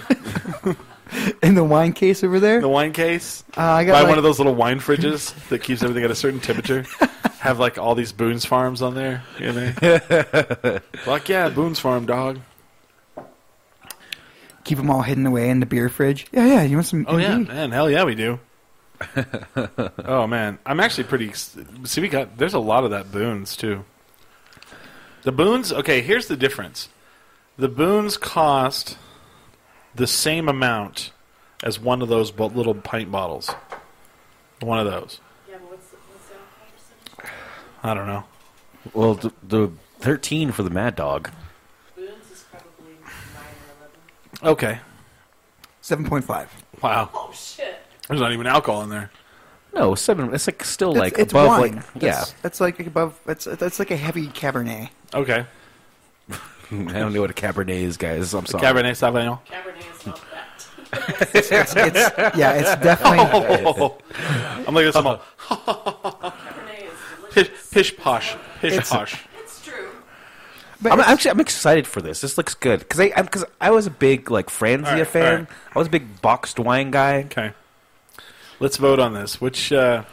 S4: In the wine case over there.
S2: the wine case.
S4: Uh, I got
S2: buy
S4: like-
S2: one of those little wine fridges that keeps everything at a certain temperature. Have like all these Boone's Farms on there. You know? Fuck yeah, Boone's Farm dog.
S4: Keep them all hidden away in the beer fridge. Yeah, yeah. You want some?
S2: Oh yeah,
S4: MD?
S2: man, hell yeah, we do. oh man, I'm actually pretty. ex- See, we got there's a lot of that boons too. The boons, okay. Here's the difference: the boons cost the same amount as one of those bo- little pint bottles. One of those.
S1: Yeah, but what's the, what's the alcohol percentage?
S2: I don't know.
S3: Well, the, the 13 for the Mad Dog.
S1: Boons is probably 9 or 11.
S2: Okay.
S4: Seven point five.
S2: Wow.
S1: Oh, shit.
S2: There's not even alcohol in there.
S3: No, seven. It's like still
S4: It's,
S3: like
S4: it's
S3: above
S4: wine.
S3: like yeah.
S4: That's- that's like above. That's that's like a heavy Cabernet.
S2: Okay.
S3: I don't know what a Cabernet is, guys. I'm sorry.
S2: Cabernet Sauvignon.
S1: Cabernet is not that.
S4: It's, it's- yeah, it's definitely.
S2: I'm like this. I'm all
S1: Cabernet is
S2: pish,
S1: delicious.
S2: pish posh, pish posh.
S1: It's true.
S4: But
S3: I'm
S4: it's-
S3: actually I'm excited for this. This looks good because I because I was a big like Franzia
S2: All right, all
S3: fan.
S2: right.
S3: I was a big boxed wine guy.
S2: Okay. Let's vote on this. Which uh,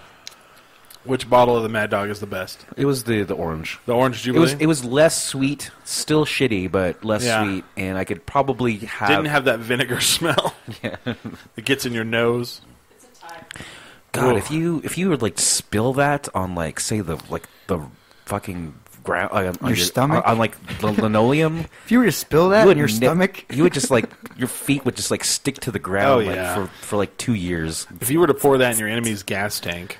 S2: which bottle of the Mad Dog is the best?
S3: It was the the orange.
S2: The Orange
S3: It
S2: Jubilee.
S3: was it was less sweet, still shitty, but less
S2: Yeah.
S3: sweet, and I could probably have.
S2: Didn't have that vinegar smell. Yeah. it gets in your nose.
S1: It's a tie.
S3: God,
S2: Oof.
S3: if you if you would like spill that on like say the like the fucking ground like, on, on
S4: Your stomach?
S3: on, like the linoleum,
S4: if you were to spill that
S3: you would
S4: in your
S3: ne-
S4: stomach,
S3: You would just like your feet would just like stick to the ground
S2: Oh,
S3: like,
S2: yeah.
S3: for for like two years.
S2: If you were to pour that in your enemy's gas tank,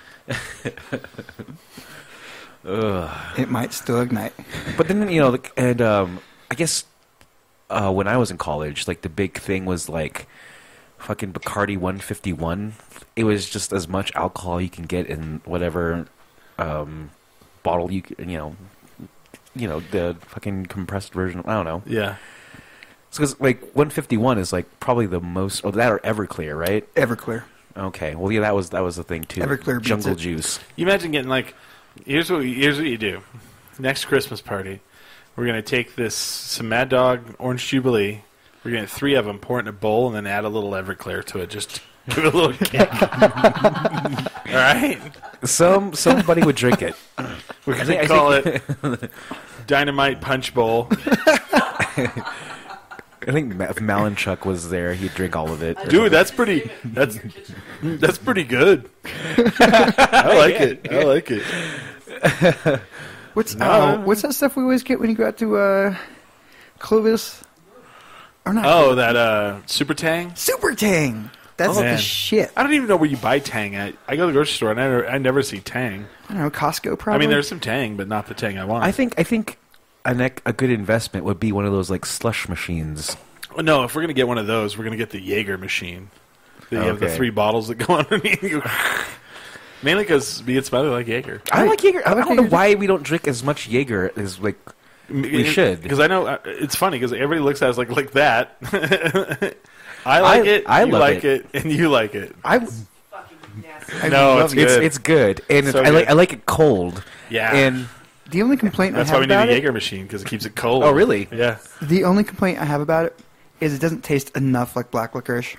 S4: it might still ignite.
S3: But then you know, like, and um, I guess uh, when I was in college, like the big thing was like fucking Bacardi 151. It was just as much alcohol you can get in whatever um, bottle you c- you know, you know the fucking compressed version. I don't know.
S2: yeah.
S3: Because like 151 is like probably the most. Oh, that or Everclear, right?
S4: Everclear.
S3: Okay. Well, yeah, that was that was the thing too.
S4: Everclear beats
S3: Jungle
S4: it.
S3: Juice.
S2: You imagine getting like, here's what here's what you do. Next Christmas party, we're gonna take this some Mad Dog Orange Jubilee. We're gonna get three of them, pour it in a bowl, and then add a little Everclear to it. Just to give it a little kick. All right.
S3: Some somebody would drink it.
S2: We're
S3: I
S2: gonna
S3: think- I
S2: call it Dynamite Punch Bowl.
S3: I think Ma- if Malinchuk was there, he'd drink all of it. or
S2: Dude, that's pretty. That's that's pretty good. I like it. I like it.
S4: What's oh, what's that stuff we always get when you go out to uh, Clovis? Or not?
S2: Oh, that uh, Super Tang.
S4: Super Tang. That's
S2: Oh,
S4: the
S2: man.
S4: shit.
S2: I don't even know where you buy Tang at. I go to the grocery store and I never, I never see Tang.
S4: I don't know Costco
S2: I
S4: probably.
S2: mean, there's some Tang, but not the Tang I want.
S3: I think I think an, ec- a good investment would be one of those like slush machines.
S2: Oh, no, if we're gonna get one of those, we're gonna get the Jaeger machine. They have the
S3: Okay.
S2: three bottles that go underneath. You. Mainly because me and Smiley like Jaeger.
S3: I, like Jaeger. I,
S4: I like
S3: don't know
S4: Jaeger.
S3: why we don't drink as much Jaeger as like we should.
S2: because I know uh, it's funny because everybody looks at us like like that. I like
S3: I-
S2: it.
S3: I
S2: you
S3: love
S2: like
S3: it.
S2: it. and you like it.
S3: I
S1: Fucking nasty.
S4: I
S2: no,
S4: love
S2: it's
S3: it's it's
S2: good.
S3: good, and
S2: So
S3: I like
S2: good.
S3: I like it cold.
S2: Yeah.
S3: and
S4: the only complaint
S2: That's
S4: I
S2: why
S4: have
S2: we need
S4: about
S2: a
S4: it.
S2: Jaeger machine because it keeps it cold.
S3: Oh, really?
S2: Yeah.
S4: The only complaint I have about it is it doesn't taste enough like black licorice.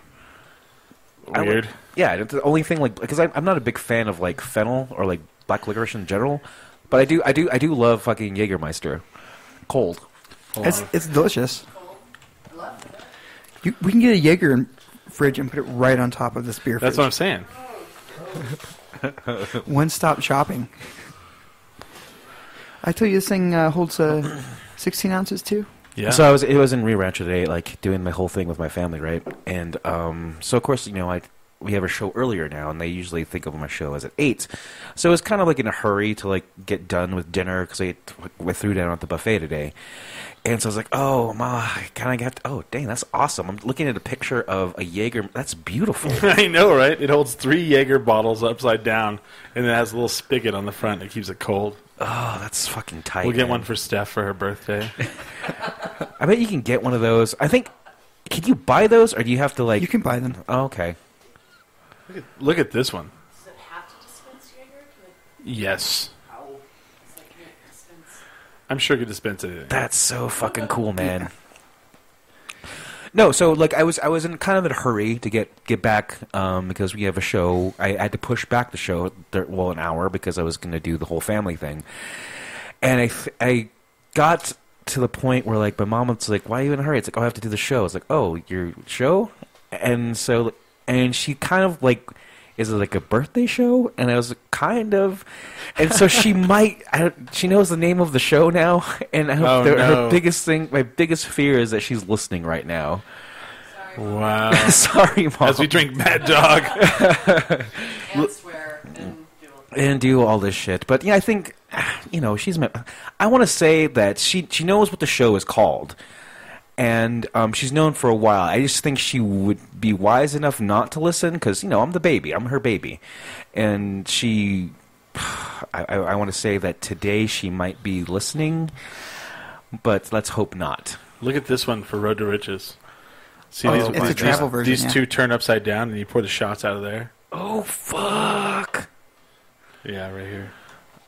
S3: I like-
S2: Weird.
S3: yeah, and it's the only thing like because I'm, I'm not a big fan of like fennel or like black licorice in general, but I do I do I do love fucking Jägermeister, cold.
S2: Oh,
S4: It's it's delicious. You, we can get a Jaeger in fridge and put it right on top of this beer.
S2: That's what
S4: fridge.
S2: I'm saying.
S4: One stop shopping. I tell you, this thing uh, holds uh, 16 ounces too.
S2: Yeah.
S3: So I was it was in Rio Rancho today, like doing my whole thing with my family, right? And um, so of course you know I we have a show earlier now, and they usually think of my show as at eight. So I was kind of like in a hurry to like get done with dinner because I ate- we threw down at the buffet today. And so I was like, "Oh, ma, I kind of got. oh, dang, that's awesome! I'm looking at a picture of a Jaeger. That's beautiful.
S2: I know, right? It holds three Jaeger bottles upside down, and it has a little spigot on the front that keeps it cold.
S3: oh, that's fucking tight.
S2: We'll get
S3: man.
S2: one for Steph for her birthday.
S3: I bet you can get one of those. I think. Can you buy those, or do you have to like?
S4: You can buy them.
S3: Oh, okay.
S2: Look at this one.
S1: Does it have to dispense Jaeger? Like,
S2: Yes,
S1: how? It's like, can't dispense.
S2: I'm sure it could dispense anything.
S3: That's so fucking cool, man. No, so like I was, I was in kind of in a hurry to get get back um, because we have a show. I, had to push back the show there, well an hour because I was going to do the whole family thing, and I th- I got to the point where like my mom was like, "Why are you in a hurry?" It's like, "Oh, I have to do the show." It's like, "Oh, your show," and so and she kind of like. Is it like a birthday show? And I was like, kind of, and so she might. I don't, she knows the name of the show now, and I hope
S2: Oh,
S3: that
S2: no.
S3: her biggest thing, my biggest fear is that she's listening right now.
S2: Wow.
S3: Sorry, mom.
S2: As we drink Mad Dog.
S1: And swear and do it.
S3: and do all this shit. But yeah, I think you know she's. My, I want to say that she she knows what the show is called, and um, she's known for a while. I just think she would be wise enough not to listen because you know I'm the baby. I'm her baby, and she. I, I, I want to say that today she might be listening, but let's hope not.
S2: Look at this one for Road to Riches. See
S4: Oh,
S2: these,
S4: it's a
S2: these,
S4: travel
S2: these,
S4: version, yeah.
S2: two turn upside down, and you pour the shots out of there.
S3: Oh fuck.
S2: Yeah, right here.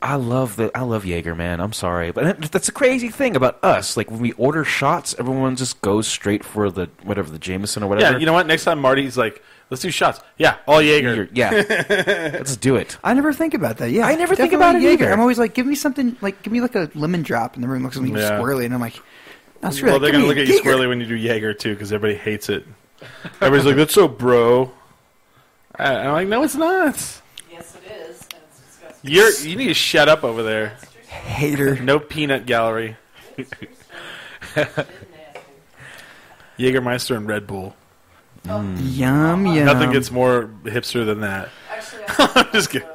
S3: I love the I love Jaeger, man. I'm sorry, but that- that's the crazy thing about us. Like when we order shots, everyone just goes straight for the whatever the Jameson or whatever.
S2: Yeah, you know what? Next time Marty's like, "Let's do shots." Yeah, all Jaeger.
S3: Jaeger, yeah. Let's do it.
S4: I never think about that. Yeah,
S3: I never think
S4: Definitely
S3: about it
S4: Jaeger.
S3: either.
S4: I'm always like, give me something like, give me like a lemon drop, and everyone looks at me
S2: Yeah.
S4: squirrely, and I'm like, no, screw
S2: Well,
S4: that.
S2: they're
S4: Give
S2: gonna
S4: me
S2: look
S4: a
S2: at you
S4: Jaeger.
S2: squarely when you do Jaeger too, because everybody hates it. Everybody's like, "That's so bro." I- I'm like, "No, it's not.
S1: Yes, it is. And it's disgusting.
S2: You're you need to shut up over there.
S4: Hater.
S2: No peanut gallery. Jägermeister and Red Bull.
S4: Yum yum.
S2: Hmm. Nothing gets more hipster than that.
S1: Actually, I
S2: I'm just kidding.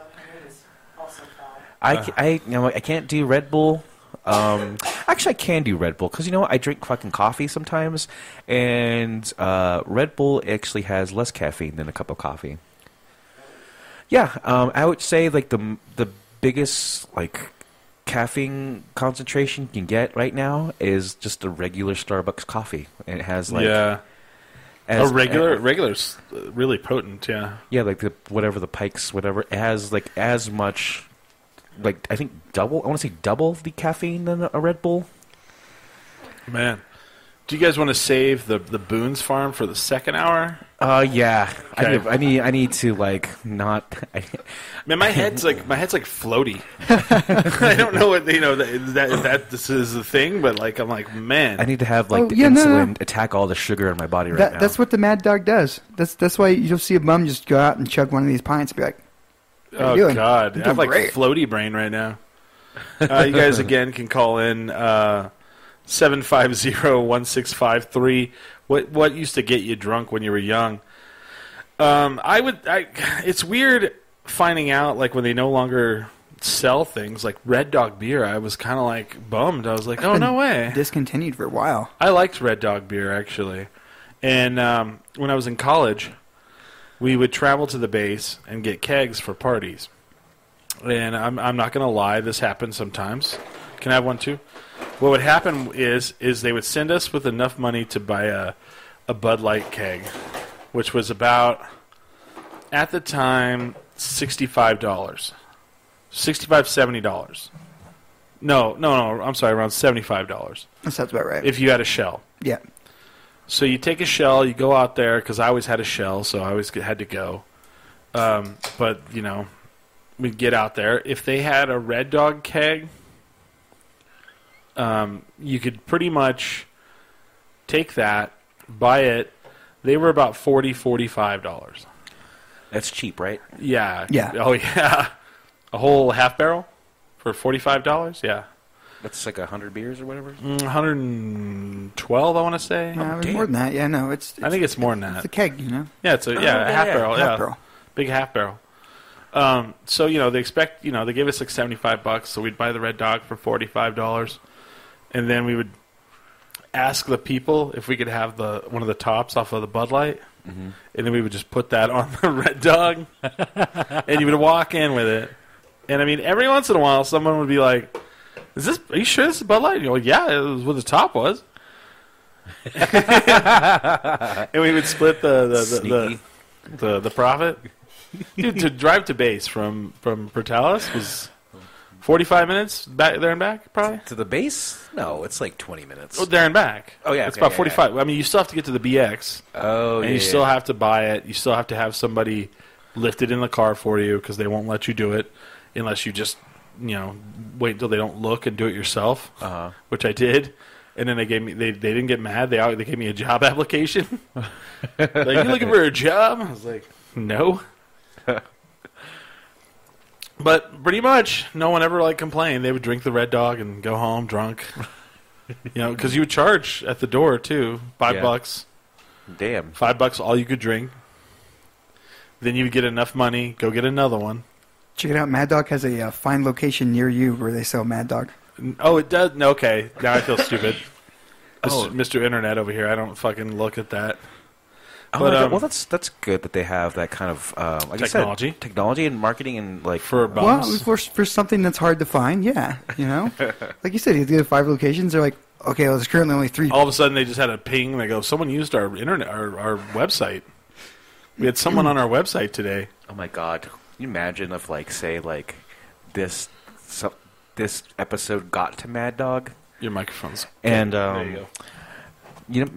S1: it's also bad.
S3: I, ca- I you know I can't do Red Bull. Um, actually, I can do Red Bull because you know what? I drink fucking coffee sometimes, and uh, Red Bull actually has less caffeine than a cup of coffee. Yeah, um, I would say like the the biggest like caffeine concentration you can get right now is just a regular Starbucks coffee, and it has like
S2: yeah,
S3: as-
S2: a regular regular's uh, really potent. Yeah,
S3: yeah, like the whatever the Pikes, whatever it has like as much, like I think double. I want to say double the caffeine than a Red Bull.
S2: man. Do you guys want to save the the Boone's farm for the second hour?
S3: Uh, yeah. I,
S2: Okay.
S3: need, I need. I need to like not. I,
S2: Man, my head's like my head's like floaty. I don't know what you know that, that that this is the thing, but like I'm like man.
S3: I need to have like
S4: Oh,
S3: the
S4: yeah,
S3: insulin
S4: no, no.
S3: attack all the sugar in my body right
S4: that,
S3: now.
S4: That's what the mad dog does. That's that's why you'll see a bum just go out and chug one of these pints and be like, How
S2: Oh
S4: you doing?
S2: God,
S4: You're
S2: I have like
S4: doing great.
S2: floaty brain right now. Uh, you guys again can call in uh, seven five zero one six five three. What what used to get you drunk when you were young? Um, I would. I, it's weird finding out like when they no longer sell things like Red Dog beer. I was kind of like bummed. I was like, oh no way.
S4: discontinued for a while.
S2: I liked Red Dog beer actually, and um, when I was in college, we would travel to the base and get kegs for parties. And I'm I'm not gonna lie, this happens sometimes. Can I have one too? What would happen is is they would send us with enough money to buy a a Bud Light keg, which was about at the time sixty five dollars, sixty five seventy dollars. No, no, no. I'm sorry, around seventy five dollars
S4: That sounds about right.
S2: if you had a shell.
S4: yeah.
S2: So you take a shell, you go out there because I always had a shell, so I always g- had to go. Um, but you know, we'd get out there. If they had a red dog keg, um, you could pretty much take that, buy it. They were about forty, forty-five dollars.
S3: That's cheap, right?
S2: Yeah.
S4: Yeah.
S2: Oh yeah. A whole half barrel for forty-five dollars. Yeah.
S3: That's like hundred beers or whatever.
S2: Mm, One hundred and twelve, I want to say.
S4: No,
S3: damn.
S4: more than that. Yeah, no, it's,
S2: Oh, I think it's more than that.
S4: it's a keg, you know.
S2: Yeah, it's a yeah,
S3: okay,
S2: a half
S3: yeah,
S2: barrel,
S4: half
S2: yeah,
S4: barrel.
S2: big half barrel. Um, so you know they expect you know they gave us like seventy five bucks, so we'd buy the red dog for forty five dollars, and then we would ask the people if we could have the one of the tops off of the Bud Light, and then we would just put that on the red dog, and you would walk in with it, and I mean every once in a while someone would be like, "Is this? Are you sure this is Bud Light?" And you go, "Yeah, it was what the top was." and we would split the the, the, the
S3: Sneaky.
S2: the the profit. Dude, to drive to base from from Portales was forty five minutes back there and back, probably.
S3: To the base? No, it's like twenty minutes.
S2: Oh, there and back.
S3: Oh, yeah,
S2: it's
S3: okay,
S2: about
S3: yeah,
S2: forty five. I mean, you still have to get to the BX,
S3: Oh,
S2: and you still have to buy it. You still have to have somebody lift it in the car for you because they won't let you do it unless you just you know wait until they don't look and do it yourself,
S3: Uh-huh.
S2: which I did. And then they gave me they, they didn't get mad. They al- they gave me a job application. like you looking for a job? I was like, no. But pretty much, no one ever like complained. They would drink the Red Dog and go home drunk. you know, because you would charge at the door too, five
S3: Yeah.
S2: bucks,
S3: Damn.
S2: five bucks all you could drink. Then you would get enough money, go get another one.
S4: Check it out. Mad Dog has a uh, fine location near you where they sell Mad Dog.
S2: N- Oh, it does. no, Okay, now I feel stupid.
S3: Oh.
S2: Mr. Internet over here, I don't fucking look at that.
S3: Oh,
S2: But,
S3: my God.
S2: um,
S3: well, that's that's good that they have that kind of um, like I
S2: Technology.
S3: said, technology and marketing and like
S2: For
S3: uh,
S2: about- Bums.
S4: Well, for, for something that's hard to find, yeah, you know. like you said, you have five locations. They're like, okay, well, there's currently only three.
S2: All of a sudden, they just had a ping. They go, "Someone used our internet, our, our website." We had someone on our website today.
S3: oh my god, Can you imagine if like say like this so, this episode got to Mad Dog
S2: Your microphone's
S3: and
S2: there.
S3: um,
S2: You go.
S3: you know,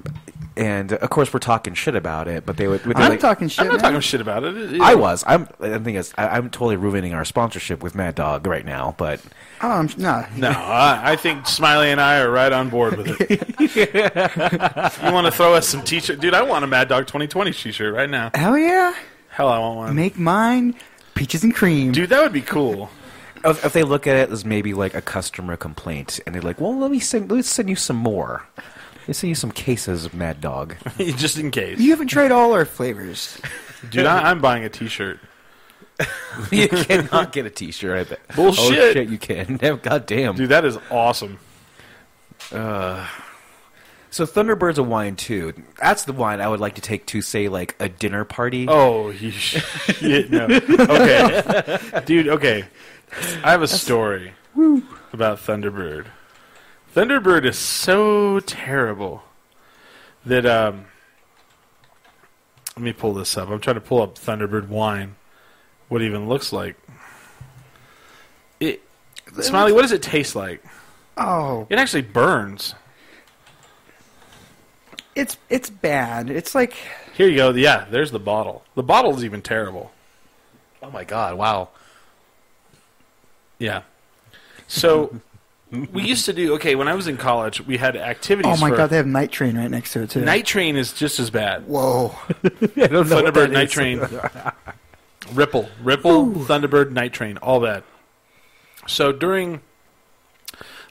S3: and uh, of course we're talking shit about it, but they would. would they,
S4: I'm
S3: like-
S4: talking shit.
S2: I'm not
S4: man.
S2: talking shit about it. It- it-
S3: I was. I'm. The thing is, I, I'm totally ruining our sponsorship with Mad Dog right now. But
S4: Oh, I'm, nah.
S2: No, I, I think Smiley and I are right on board with it. you want to throw us some t-shirt, dude? I want a Mad Dog 2020 t-shirt right now.
S4: Hell yeah,
S2: Hell, I want one,
S4: make mine peaches and cream.
S2: dude. That would be cool.
S3: if, if they look at it as maybe like a customer complaint, and they're like, "Well, let me send. Let's send you some more. Let's send you some cases of Mad Dog."
S2: Just in case,
S4: You haven't tried all our flavors.
S2: dude. I, I'm buying a t-shirt.
S3: you cannot get a T-shirt. I bet.
S2: Bullshit.
S3: Oh shit, you can. God damn.
S2: Dude, that is awesome.
S3: So Thunderbird's a wine too. That's the wine I would like to take to say like a dinner party.
S2: Oh, you sh- shit, no. Okay. Dude, okay. I have a story about Thunderbird. Thunderbird is so terrible that, um, let me pull this up. I'm trying to pull up Thunderbird wine, what it even looks like. It, Smiley, what does it taste like?
S4: Oh,
S2: It actually burns.
S4: it's it's bad. It's like
S2: Here you go. Yeah, there's the bottle. The bottle's even terrible.
S3: Oh my god! Wow.
S2: Yeah. So we used to do okay when I was in college. We had activities.
S4: Oh my
S2: for-
S4: god, they have Night Train right next to it too.
S2: Night Train is just as bad.
S4: Whoa.
S3: I don't know what
S2: Thunderbird
S3: that
S2: Night
S3: is.
S2: Train, Ripple, Ripple, Thunderbird Night Train, all that. So during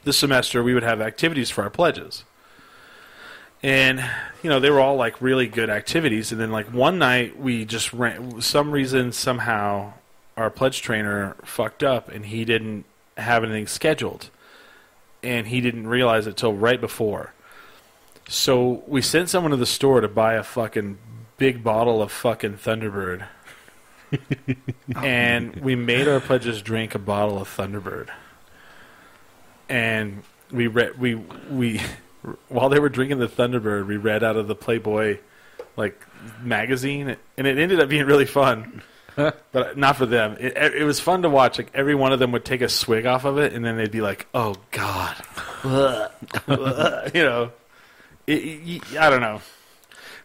S2: the semester, we would have activities for our pledges, and you know they were all like really good activities. And then like one night, we just ran some reason somehow our pledge trainer fucked up, and he didn't have anything scheduled, and he didn't realize it till right before. So we sent someone to the store to buy a fucking big bottle of fucking Thunderbird. and we made our pledges drink a bottle of Thunderbird. And we read we we while they were drinking the Thunderbird, we read out of the Playboy like magazine and it ended up being really fun. but not for them. It, e, it was fun to watch. Like every one of them would take a swig off of it and then they'd be like, "Oh god." you know, it, it- y- I don't know.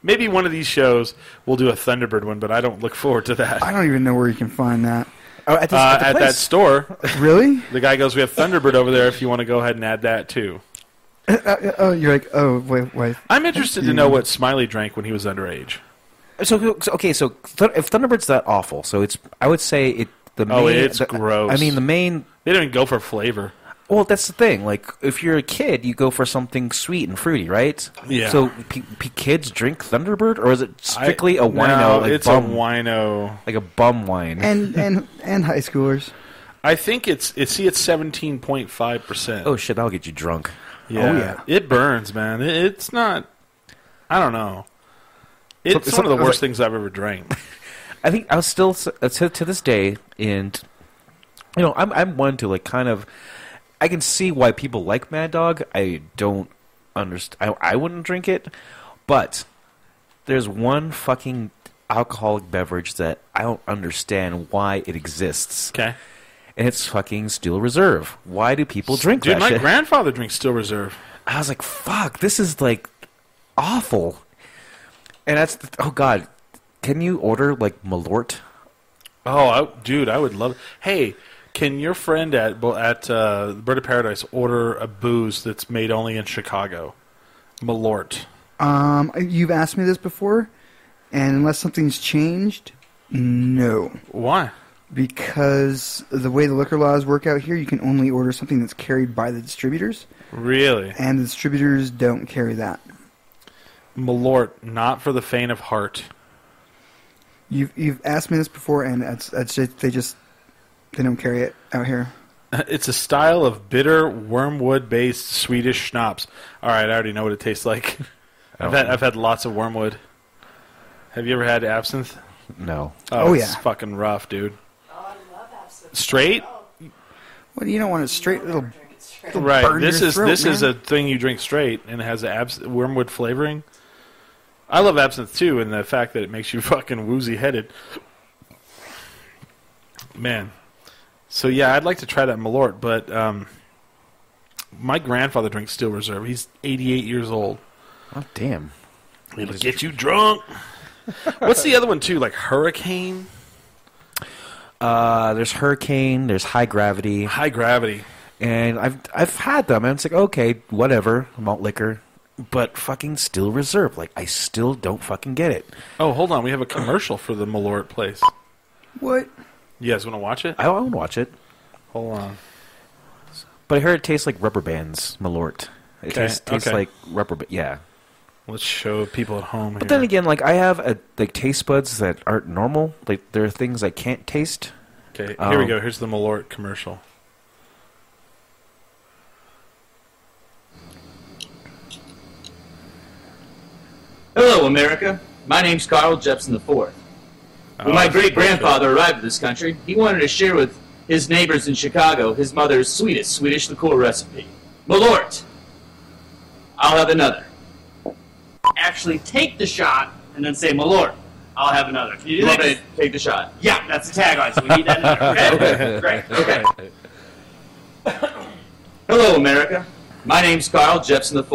S2: Maybe one of these shows we'll do a Thunderbird one, but I don't look forward to that.
S4: I don't even know where you can find that. Oh, at, this,
S2: uh,
S4: at the
S2: at that
S4: place?
S2: store,
S4: really?
S2: the guy goes, "We have Thunderbird over there. If you want to go ahead and add that too."
S4: Uh, oh, you're like, oh, wait, wait.
S2: I'm interested to know what Smiley drank when he was underage.
S3: So so- okay, so Thun- if Thunderbird's that awful, so it's I would say it. The main,
S2: Oh, it's
S3: the-
S2: gross.
S3: I mean, the main.
S2: They didn't even go for flavor.
S3: Well, that's the thing. Like, if you're a kid, you go for something sweet and fruity, right?
S2: Yeah.
S3: So, p- p- kids drink Thunderbird, or is it strictly a
S2: I-
S3: wino?
S2: No,
S3: like
S2: it's
S3: bum,
S2: a wino.
S3: like a bum wine.
S4: And and and high schoolers.
S2: I think it's it. See, it's seventeen point five percent.
S3: oh shit, that'll get you drunk.
S2: yeah.
S4: yeah.
S2: It burns, man. It, it's not. I don't know. It's
S3: So-
S2: one of
S3: so-
S2: the worst things I've ever drank.
S3: I think I was still s- uh, to, to this day, and you know, I'm I'm one to like kind of. I can see why people like Mad Dog. I don't understand. I I wouldn't drink it, but there's one fucking alcoholic beverage that I don't understand why it exists,
S2: Okay.
S3: and it's fucking Steel Reserve. Why do people drink
S2: Dude,
S3: that
S2: my
S3: shit?
S2: grandfather drinks Steel Reserve.
S3: I was like, fuck, this is like awful. And that's oh god, can you order like Malort?
S2: Oh, I, dude, I would love. Hey, can your friend at Bo- at uh, Bird of Paradise order a booze that's made only in Chicago? Malort.
S4: Um, you've asked me this before, and unless something's changed, no,
S2: Why?
S4: because the way the liquor laws work out here, you can only order something that's carried by the distributors,
S2: Really?
S4: and the distributors don't carry that.
S2: Malort, not for the faint of heart.
S4: You've you've asked me this before, and it's, it's just, they just they don't carry it out here.
S2: It's a style of bitter wormwood-based Swedish schnapps. All right, I already know what it tastes like. I've had I've had lots of wormwood. Have you ever had absinthe?
S3: No.
S4: Oh,
S2: it's
S4: yeah.
S2: fucking rough, dude.
S1: Oh, I love absinthe.
S2: Straight?
S1: Oh,
S4: Well, you don't want a straight little.
S1: drink it straight.
S4: It'll
S2: Right.
S4: burn
S2: This
S4: your
S2: is
S4: throat,
S2: this is
S4: man.
S2: a thing you drink straight and it has abs- wormwood flavoring. I love absinthe too, and the fact that it makes you fucking woozy headed. Man. So yeah, I'd like to try that Malort, but um, my grandfather drinks Steel Reserve. He's 88 years old.
S3: Oh damn.
S2: It'll get you drunk. What's the other one too? Like Hurricane,
S3: Uh, there's hurricane. There's high gravity,
S2: High Gravity.
S3: and I've I've had them, and it's like okay, whatever, malt liquor, but fucking still reserve. Like I still don't fucking get it.
S2: Oh, hold on. We have a commercial for the Malort place.
S4: What?
S2: You guys want to watch it?
S3: I won't watch it,
S2: Hold on.
S3: but I heard it tastes like rubber bands, Malort. It
S2: Okay,
S3: tastes, tastes
S2: okay.
S3: like rubber. ba- Yeah.
S2: Let's show people at home.
S3: But
S2: here.
S3: then again, like I have a, like taste buds that aren't normal. Like there are things I can't taste.
S2: Okay, here we
S3: Um,
S2: go. Here's the Malort commercial.
S6: Hello, America. My name's Carl Jepson IV. When my
S2: that's
S6: great grandfather arrived at this country, he wanted to share with his neighbors in Chicago his mother's sweetest Swedish liqueur recipe. Malort! I'll have another. Actually, take the shot and then say Malort. I'll have another. Can you do that? Take the shot. Yeah, that's the tagline, so we need that in there. Okay? Great. Okay. Hello, America. My name's Carl Jepson IV.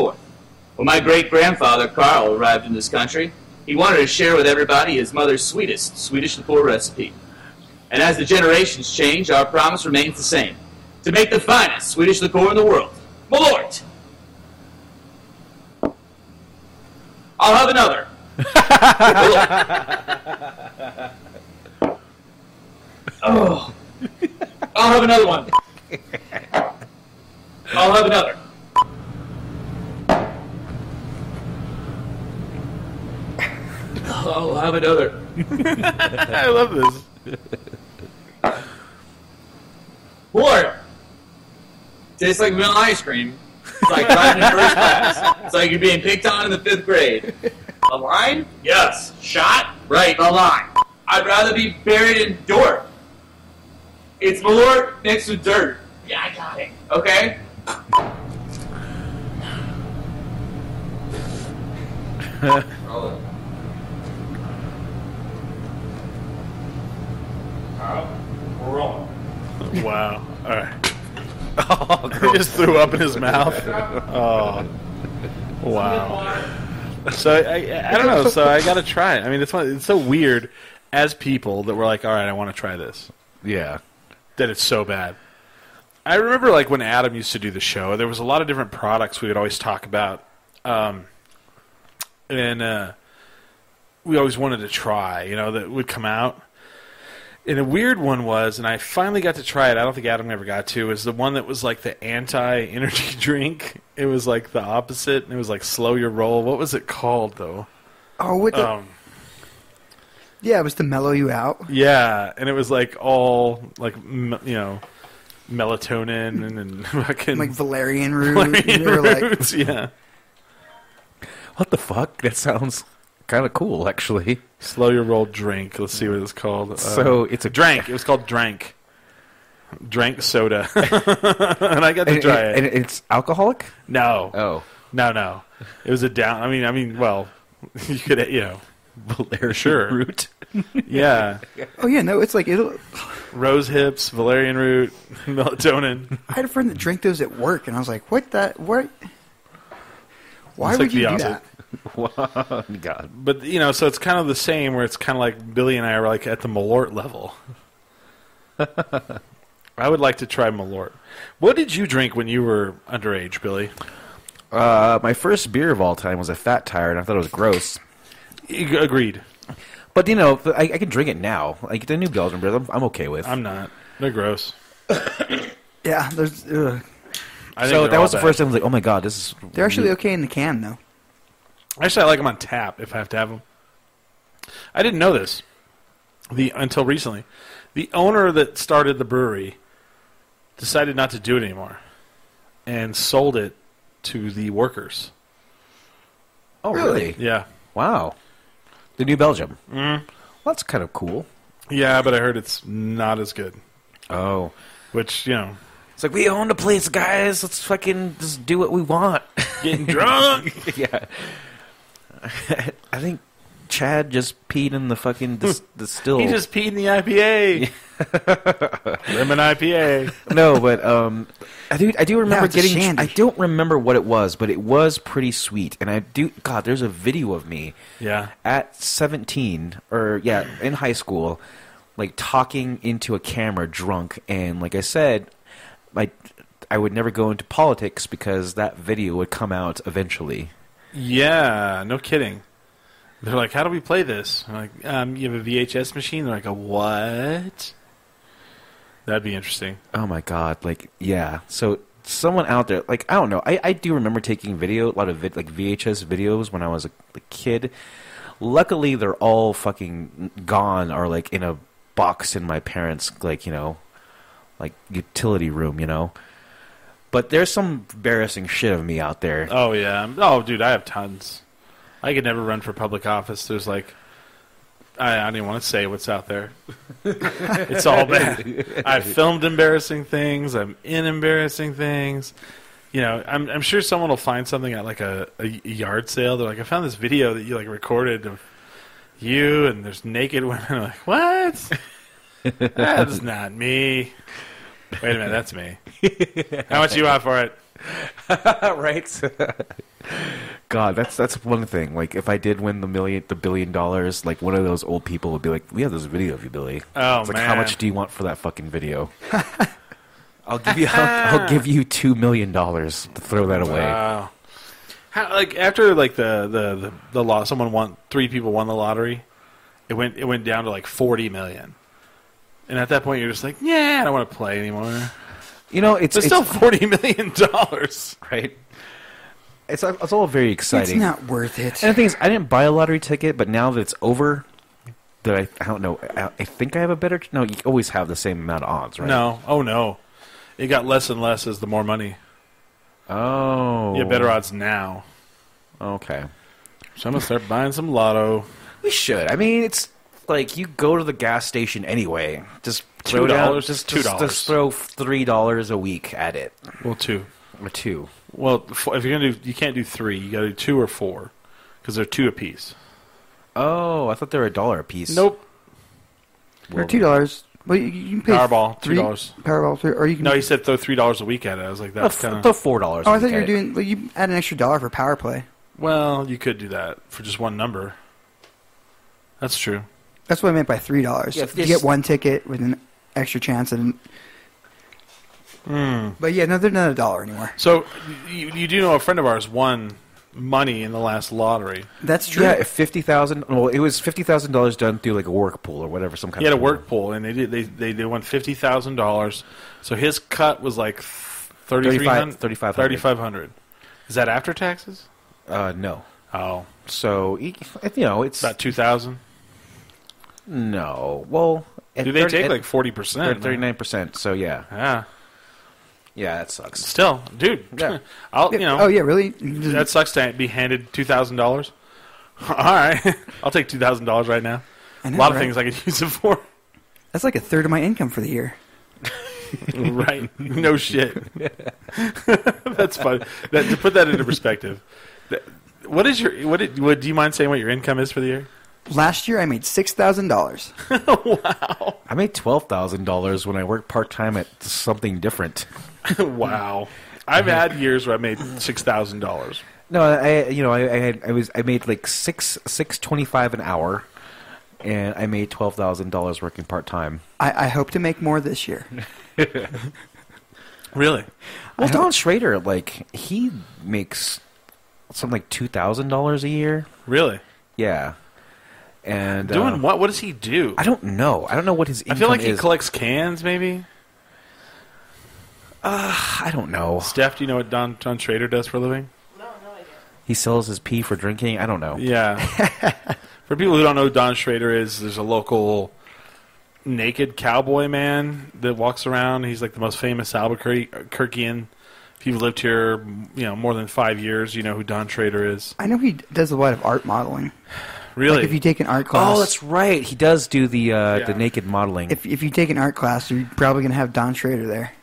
S6: When my great grandfather Carl arrived in this country, He wanted to share with everybody his mother's sweetest Swedish liqueur recipe. And as the generations change, our promise remains the same to make the finest Swedish liqueur in the world. Malort! I'll have another. Malort. oh. I'll have another one. I'll have another. I'll have another.
S2: I love this.
S6: Water. Tastes like vanilla ice cream. It's like riding in first class. It's like you're being picked on in the fifth grade. A line? Yes. Shot? Right. A line. I'd rather be buried in dirt. It's malort mixed with dirt. Yeah, I got it. Okay. Roll it. We're rolling.
S2: Wow. All right.
S3: Oh,
S2: He just threw up in his mouth. Oh. Wow. So I, I, I don't know. So I got to try it. I mean, it's one, it's so weird as people that we're like, all right, I want to try this.
S3: yeah.
S2: That it's so bad. I remember like when Adam used to do the show. There was a lot of different products we would always talk about, um, and uh, we always wanted to try. You know, that would come out. And a weird one was, and I finally got to try it. I don't think Adam ever got to. Is the one that was like the anti-energy drink. It was like the opposite, and it was like slow your roll. What was it called though?
S4: Oh, what the?
S2: Um,
S4: yeah, it was to mellow you out.
S2: yeah, and it was like all like m- you know melatonin and, and fucking
S4: Like Valerian root.
S2: Valerian
S4: and they were like,
S2: roots, yeah.
S3: What the fuck? That sounds kind of cool, actually.
S2: Slow your roll, drink. Let's see what it's called. Uh,
S3: so it's a
S2: drank. It was called drank. Drank soda, and I got to
S3: And,
S2: try it.
S3: and it's alcoholic.
S2: no,
S3: Oh,
S2: no, no. It was a down. I mean, I mean, well, you could, you know,
S3: Valerian
S2: Sure.
S3: root.
S2: yeah.
S4: oh yeah, no, it's like it'll.
S2: Rose hips, valerian root, melatonin.
S4: I had a friend that drank those at work, and I was like, "What that? What? Why
S2: It's like
S4: would you
S2: the
S4: do
S2: opposite.
S4: that?"
S3: God.
S2: But you know, so it's kind of the same. Where it's kind of like Billy and I are like at the Malort level. I would like to try Malort. What did you drink when you were underage, Billy?
S3: Uh, my first beer of all time was a Fat Tire, and I thought it was gross.
S2: Ag- Agreed.
S3: But you know, I, I can drink it now. Like the new Belgian beers, I'm, I'm okay with.
S2: I'm not. They're gross.
S4: Yeah, there's, ugh.
S2: I think
S3: so
S2: they're
S3: that
S2: all
S3: was the
S2: bad.
S3: first time. I was like, oh my god, this is.
S4: they're
S2: Mm-hmm.
S4: actually okay in the can though.
S2: Actually, I like them on tap if I have to have them. I didn't know this the until recently. The owner that started the brewery decided not to do it anymore and sold it to the workers.
S3: Oh
S4: Really?
S3: really?
S2: Yeah.
S3: Wow. The new Belgium. Mm. Well,
S2: Mm-hmm.
S3: that's kind of cool.
S2: Yeah, but I heard it's not as good,
S3: Oh.
S2: which, you know,
S3: It's like we own the place, guys. Let's fucking just do what we want.
S2: getting drunk.
S3: yeah. I think Chad just peed in the fucking dis- distill.
S2: He just peed in the IPA. Lemon IPA.
S3: no, but um, I do. I do remember
S4: it's a
S3: getting.
S4: shandy.
S3: I don't remember what it was, but it was pretty sweet. And I do. God, there's a video of me
S2: Yeah.
S3: at 17 or yeah in high school like talking into a camera drunk and like i said my i would never go into politics because that video would come out eventually
S2: Yeah, no kidding. They're like, how do we play this? I'm like, um, you have a VHS machine? They're like, a what? That'd be interesting.
S3: oh my god like yeah so someone out there like i don't know i, I do remember taking video a lot of vid, like vhs videos when i was a, a kid luckily they're all fucking gone or like in a box in my parents like you know like utility room you know but there's some embarrassing shit of me out there
S2: Oh yeah. Oh dude, I have tons. I could never run for public office. There's like, I, I don't even want to say what's out there. it's all bad. I've filmed embarrassing things. I'm in embarrassing things. You know, I'm, I'm sure someone will find something at like a, a yard sale. They're like, I found this video that you like recorded of you and there's naked women. I'm like, what? that's not me. Wait a minute, that's me. How much you want for it?
S3: right God, that's that's one thing. Like, if I did win the million, the billion dollars, like one of those old people would be like, "We have this video of you, Billy."
S2: Oh,
S3: it's like, how
S2: man.
S3: much do you want for that fucking video? I'll give you, I'll, I'll give you two million dollars to throw that away.
S2: Wow. How, like after like the the the, the lot, someone won three people won the lottery. It went it went down to like forty million. And at that point, you're just like, yeah, I don't want to play anymore.
S3: you know, it's,
S2: It's,
S3: it's
S2: still forty million dollars.
S3: right. It's it's all very
S4: It's
S3: exciting.
S4: not worth it.
S3: And the thing is, I didn't buy a lottery ticket, but now that it's over, that I, I don't know. I, I think I have a better. No, you always have the same amount of odds, right?
S2: No, oh no, it got less and less as the more money.
S3: Oh.
S2: You have better odds now.
S3: Okay.
S2: Oh. So I'm gonna start buying some lotto.
S3: We should. I mean, it's like you go to the gas station anyway. Just throw down.
S2: $2,
S3: Just
S2: $2.
S3: Just, just throw three dollars a week at it,
S2: Well, two.
S3: or two.
S2: Well, f- if you're gonna do, you can't do three. You got to do two or four, because they're two apiece.
S3: Oh, I thought they were a dollar a piece.
S4: Or two dollars. Well, you, you can pay
S2: Powerball,
S4: three-
S2: $3.
S4: Powerball, three, or you can.
S2: No, he said throw three dollars a week at it. I was like,
S3: Throw
S2: that's
S3: f-
S2: kind
S3: throw
S2: of.
S3: four dollars.
S4: oh, I thought you were doing. Well, you add an extra dollar for power play.
S2: Well, you could do that for just one number. That's true.
S4: That's what I meant by three dollars.
S3: Yeah,
S4: you
S3: if this-
S4: get one ticket with an extra chance, and
S2: Hmm.
S4: but yeah, no, they're not a dollar anymore.
S2: So you, you do know a friend of ours won money in the last lottery.
S4: That's true.
S3: Yeah, if fifty thousand. Well, it was fifty thousand dollars done through like a work pool or whatever, some kind.
S2: He had
S3: of
S2: a work pool, and they did, they they, they won fifty thousand dollars. So his cut was like thirty three hundred,
S3: 3500.
S2: thirty five hundred. Is that after taxes?
S3: Uh, no.
S2: Oh,
S3: So you you know, it's
S2: about two thousand.
S3: no. Well, at
S2: Do they
S3: 30
S2: take
S3: at
S2: like forty percent?
S3: thirty nine percent? So yeah,
S2: Yeah.
S3: yeah, that sucks.
S2: Still, dude.
S3: Yeah.
S2: I'll you know.
S4: oh yeah, really?
S2: That sucks to be handed two thousand dollars. All right, I'll take two thousand dollars right now.
S4: I
S2: a
S4: know,
S2: lot of
S4: right?
S2: things I could use it for.
S4: That's like a third of my income for the year.
S2: right? No shit. That's funny. That, to put that into perspective, that- what is your what? It, what do you mind saying what your income is for the year?
S4: Last year, I made six thousand dollars.
S3: I made twelve thousand dollars when I worked part time at something different.
S2: wow. I've had years where I made six thousand dollars.
S3: No, I you know I I, had, I was I made like six six twenty five an hour, and I made twelve thousand dollars working part time.
S4: I, I hope to make more this year.
S2: Really?
S3: Well, Don Schrader, like he makes something like two thousand dollars a year.
S2: Really?
S3: Yeah, and uh,
S2: Doing what? What does he do?
S3: I don't know. I don't know what his.
S2: I
S3: Income
S2: feel like he
S3: is.
S2: collects cans, maybe.
S3: I don't know.
S2: Steph, do you know what Don Don Schrader does for a living?
S1: No, no idea.
S3: He sells his pee for drinking. I don't know.
S2: Yeah. For people who don't know who Don Schrader is, there's a local naked cowboy man that walks around. He's like the most famous Albuquerquean. If you've lived here, you know, more than five years, you know who Don Schrader is.
S4: I know he does a lot of art modeling.
S2: Really?
S4: Like if you take an art class,
S3: Oh, that's right. He does do the uh,
S2: Yeah.
S3: the naked modeling.
S4: if if you take an art class, you're probably gonna have Don Schrader there.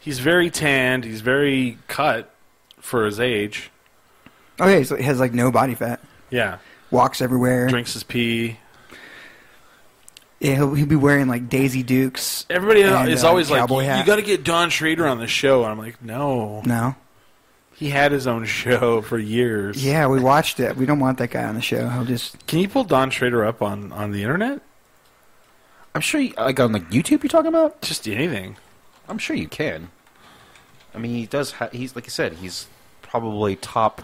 S2: he's very tanned. He's very cut for his age.
S4: Oh yeah, so he has like no body fat.
S2: Yeah.
S4: Walks everywhere.
S2: Drinks his pee.
S4: Yeah, he'll, he'll be wearing like Daisy Dukes.
S2: Everybody
S4: and,
S2: is
S4: uh,
S2: always like,
S4: cowboy
S2: you,
S4: hat.
S2: got to get Don Schrader on the show. And I'm like, no.
S4: No.
S2: He had his own show for years.
S4: Yeah, we watched it. We don't want that guy on the show. He'll just
S2: Can you pull Don Schrader up on, on the internet?
S3: I'm sure, you, like on like YouTube, you're talking about.
S2: Just anything.
S3: I'm sure you can. I mean, he does. Ha- he's like I said, he's probably top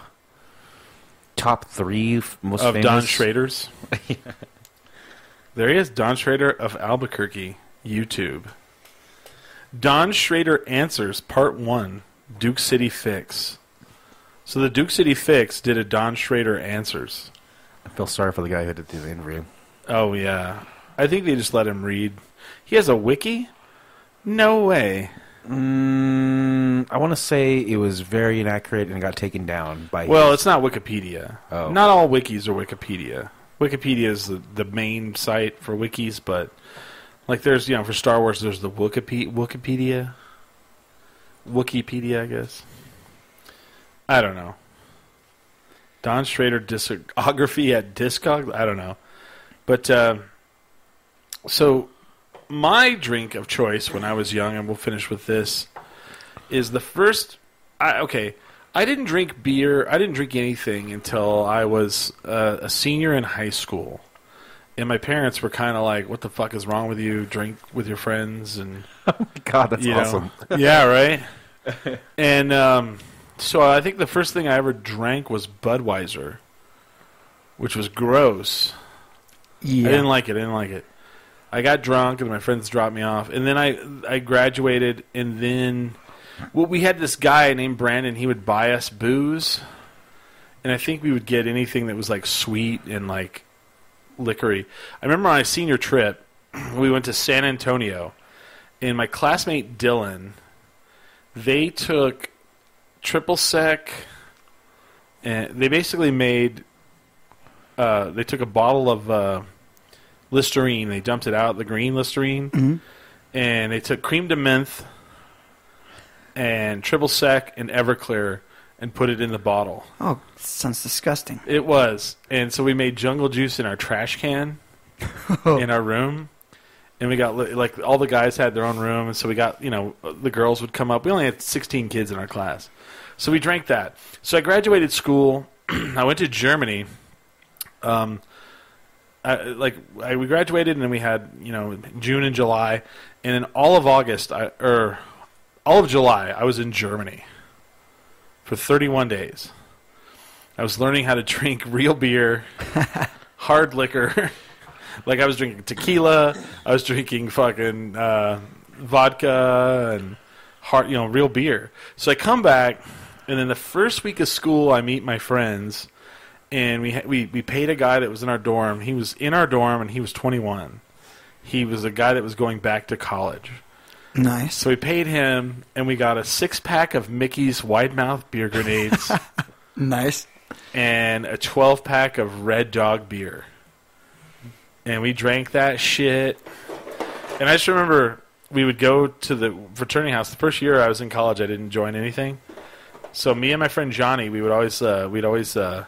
S3: top three f- most
S2: of
S3: famous.
S2: Don Schrader's. There he is, Don Schrader of Albuquerque, YouTube. Don Schrader answers part one, Duke City Fix. So the Duke City Fix did a Don Schrader answers.
S3: I feel sorry for the guy who had to do the interview.
S2: Oh yeah, I think they just let him read. He has a wiki. No way.
S3: Mm, I want to say it was very inaccurate and got taken down by.
S2: Well, it's not Wikipedia.
S3: Oh.
S2: Not all wikis are Wikipedia. Wikipedia is the, the main site for wikis, but like there's you know for Star Wars there's the Wikipedia, Wikipedia, Wikipedia, I guess. I don't know. Don Schrader discography at Discog. I don't know, but uh, so my drink of choice when I was young, and we'll finish with this, is the first. I, okay, I didn't drink beer. I didn't drink anything until I was uh, a senior in high school, and my parents were kind of like, "What the fuck is wrong with you? Drink with your friends and."
S3: God, that's
S2: you know.
S3: awesome.
S2: yeah, right. and um, so I think the first thing I ever drank was Budweiser, which was gross. I
S4: Yeah.
S2: didn't like it. I didn't like it. I got drunk and my friends dropped me off, and then I I graduated, and then well, we had this guy named Brandon. He would buy us booze, and I think we would get anything that was like sweet and like liquory. I remember on a senior trip, we went to San Antonio, and my classmate Dylan, they took triple sec, and they basically made. Uh, they took a bottle of uh, Listerine. They dumped it out, the green Listerine, and they took cream de menthe and triple sec and Everclear and put it in the bottle.
S4: oh, sounds disgusting.
S2: It was, and so we made jungle juice in our trash can in our room, and we got li- like all the guys had their own room, and so we got you know the girls would come up. We only had sixteen kids in our class, so we drank that. So I graduated school. I went to Germany. Um, I, like I, we graduated, and then we had you know June and July, and in all of August, I, or all of July, I was in Germany for thirty-one days. I was learning how to drink real beer, hard liquor. like I was drinking tequila, I was drinking fucking uh, vodka and hard, you know, real beer. So I come back, and then the first week of school, I meet my friends, and we ha- we we paid a guy that was in our dorm. He was in our dorm, and he was 21. He was a guy that was going back to college.
S4: Nice.
S2: So we paid him, and we got a six pack of Mickey's wide mouth beer grenades.
S4: Nice.
S2: and a 12 pack of Red Dog beer. And we drank that shit. And I just remember we would go to the fraternity house. The first year I was in college, I didn't join anything. So me and my friend Johnny, we would always uh, we'd always uh,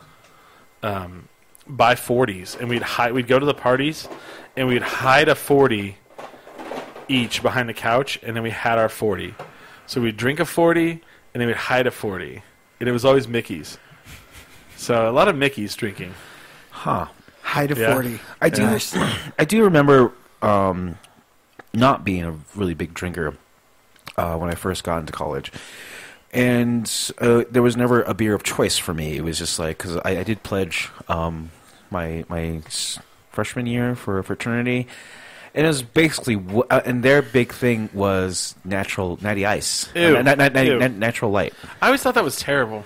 S2: um, buy 40s, and we'd hide. We'd go to the parties, and we'd hide a 40 each behind the couch, and then we had our 40. So we'd drink a 40, and then we'd hide a 40, and it was always Mickey's. So a lot of Mickey's drinking.
S3: Huh.
S4: High to
S2: Yeah.
S4: 40. I do.
S3: I do remember um, not being a really big drinker uh, when I first got into college. And uh, there was never a beer of choice for me. It was just like, because I, I did pledge um, my, my s- freshman year for a fraternity. And it was basically, wh- uh, and their big thing was natural, natty ice.
S2: Ew.
S3: Uh, na- na- na-
S2: Ew.
S3: na- natural light.
S2: I always thought that was terrible.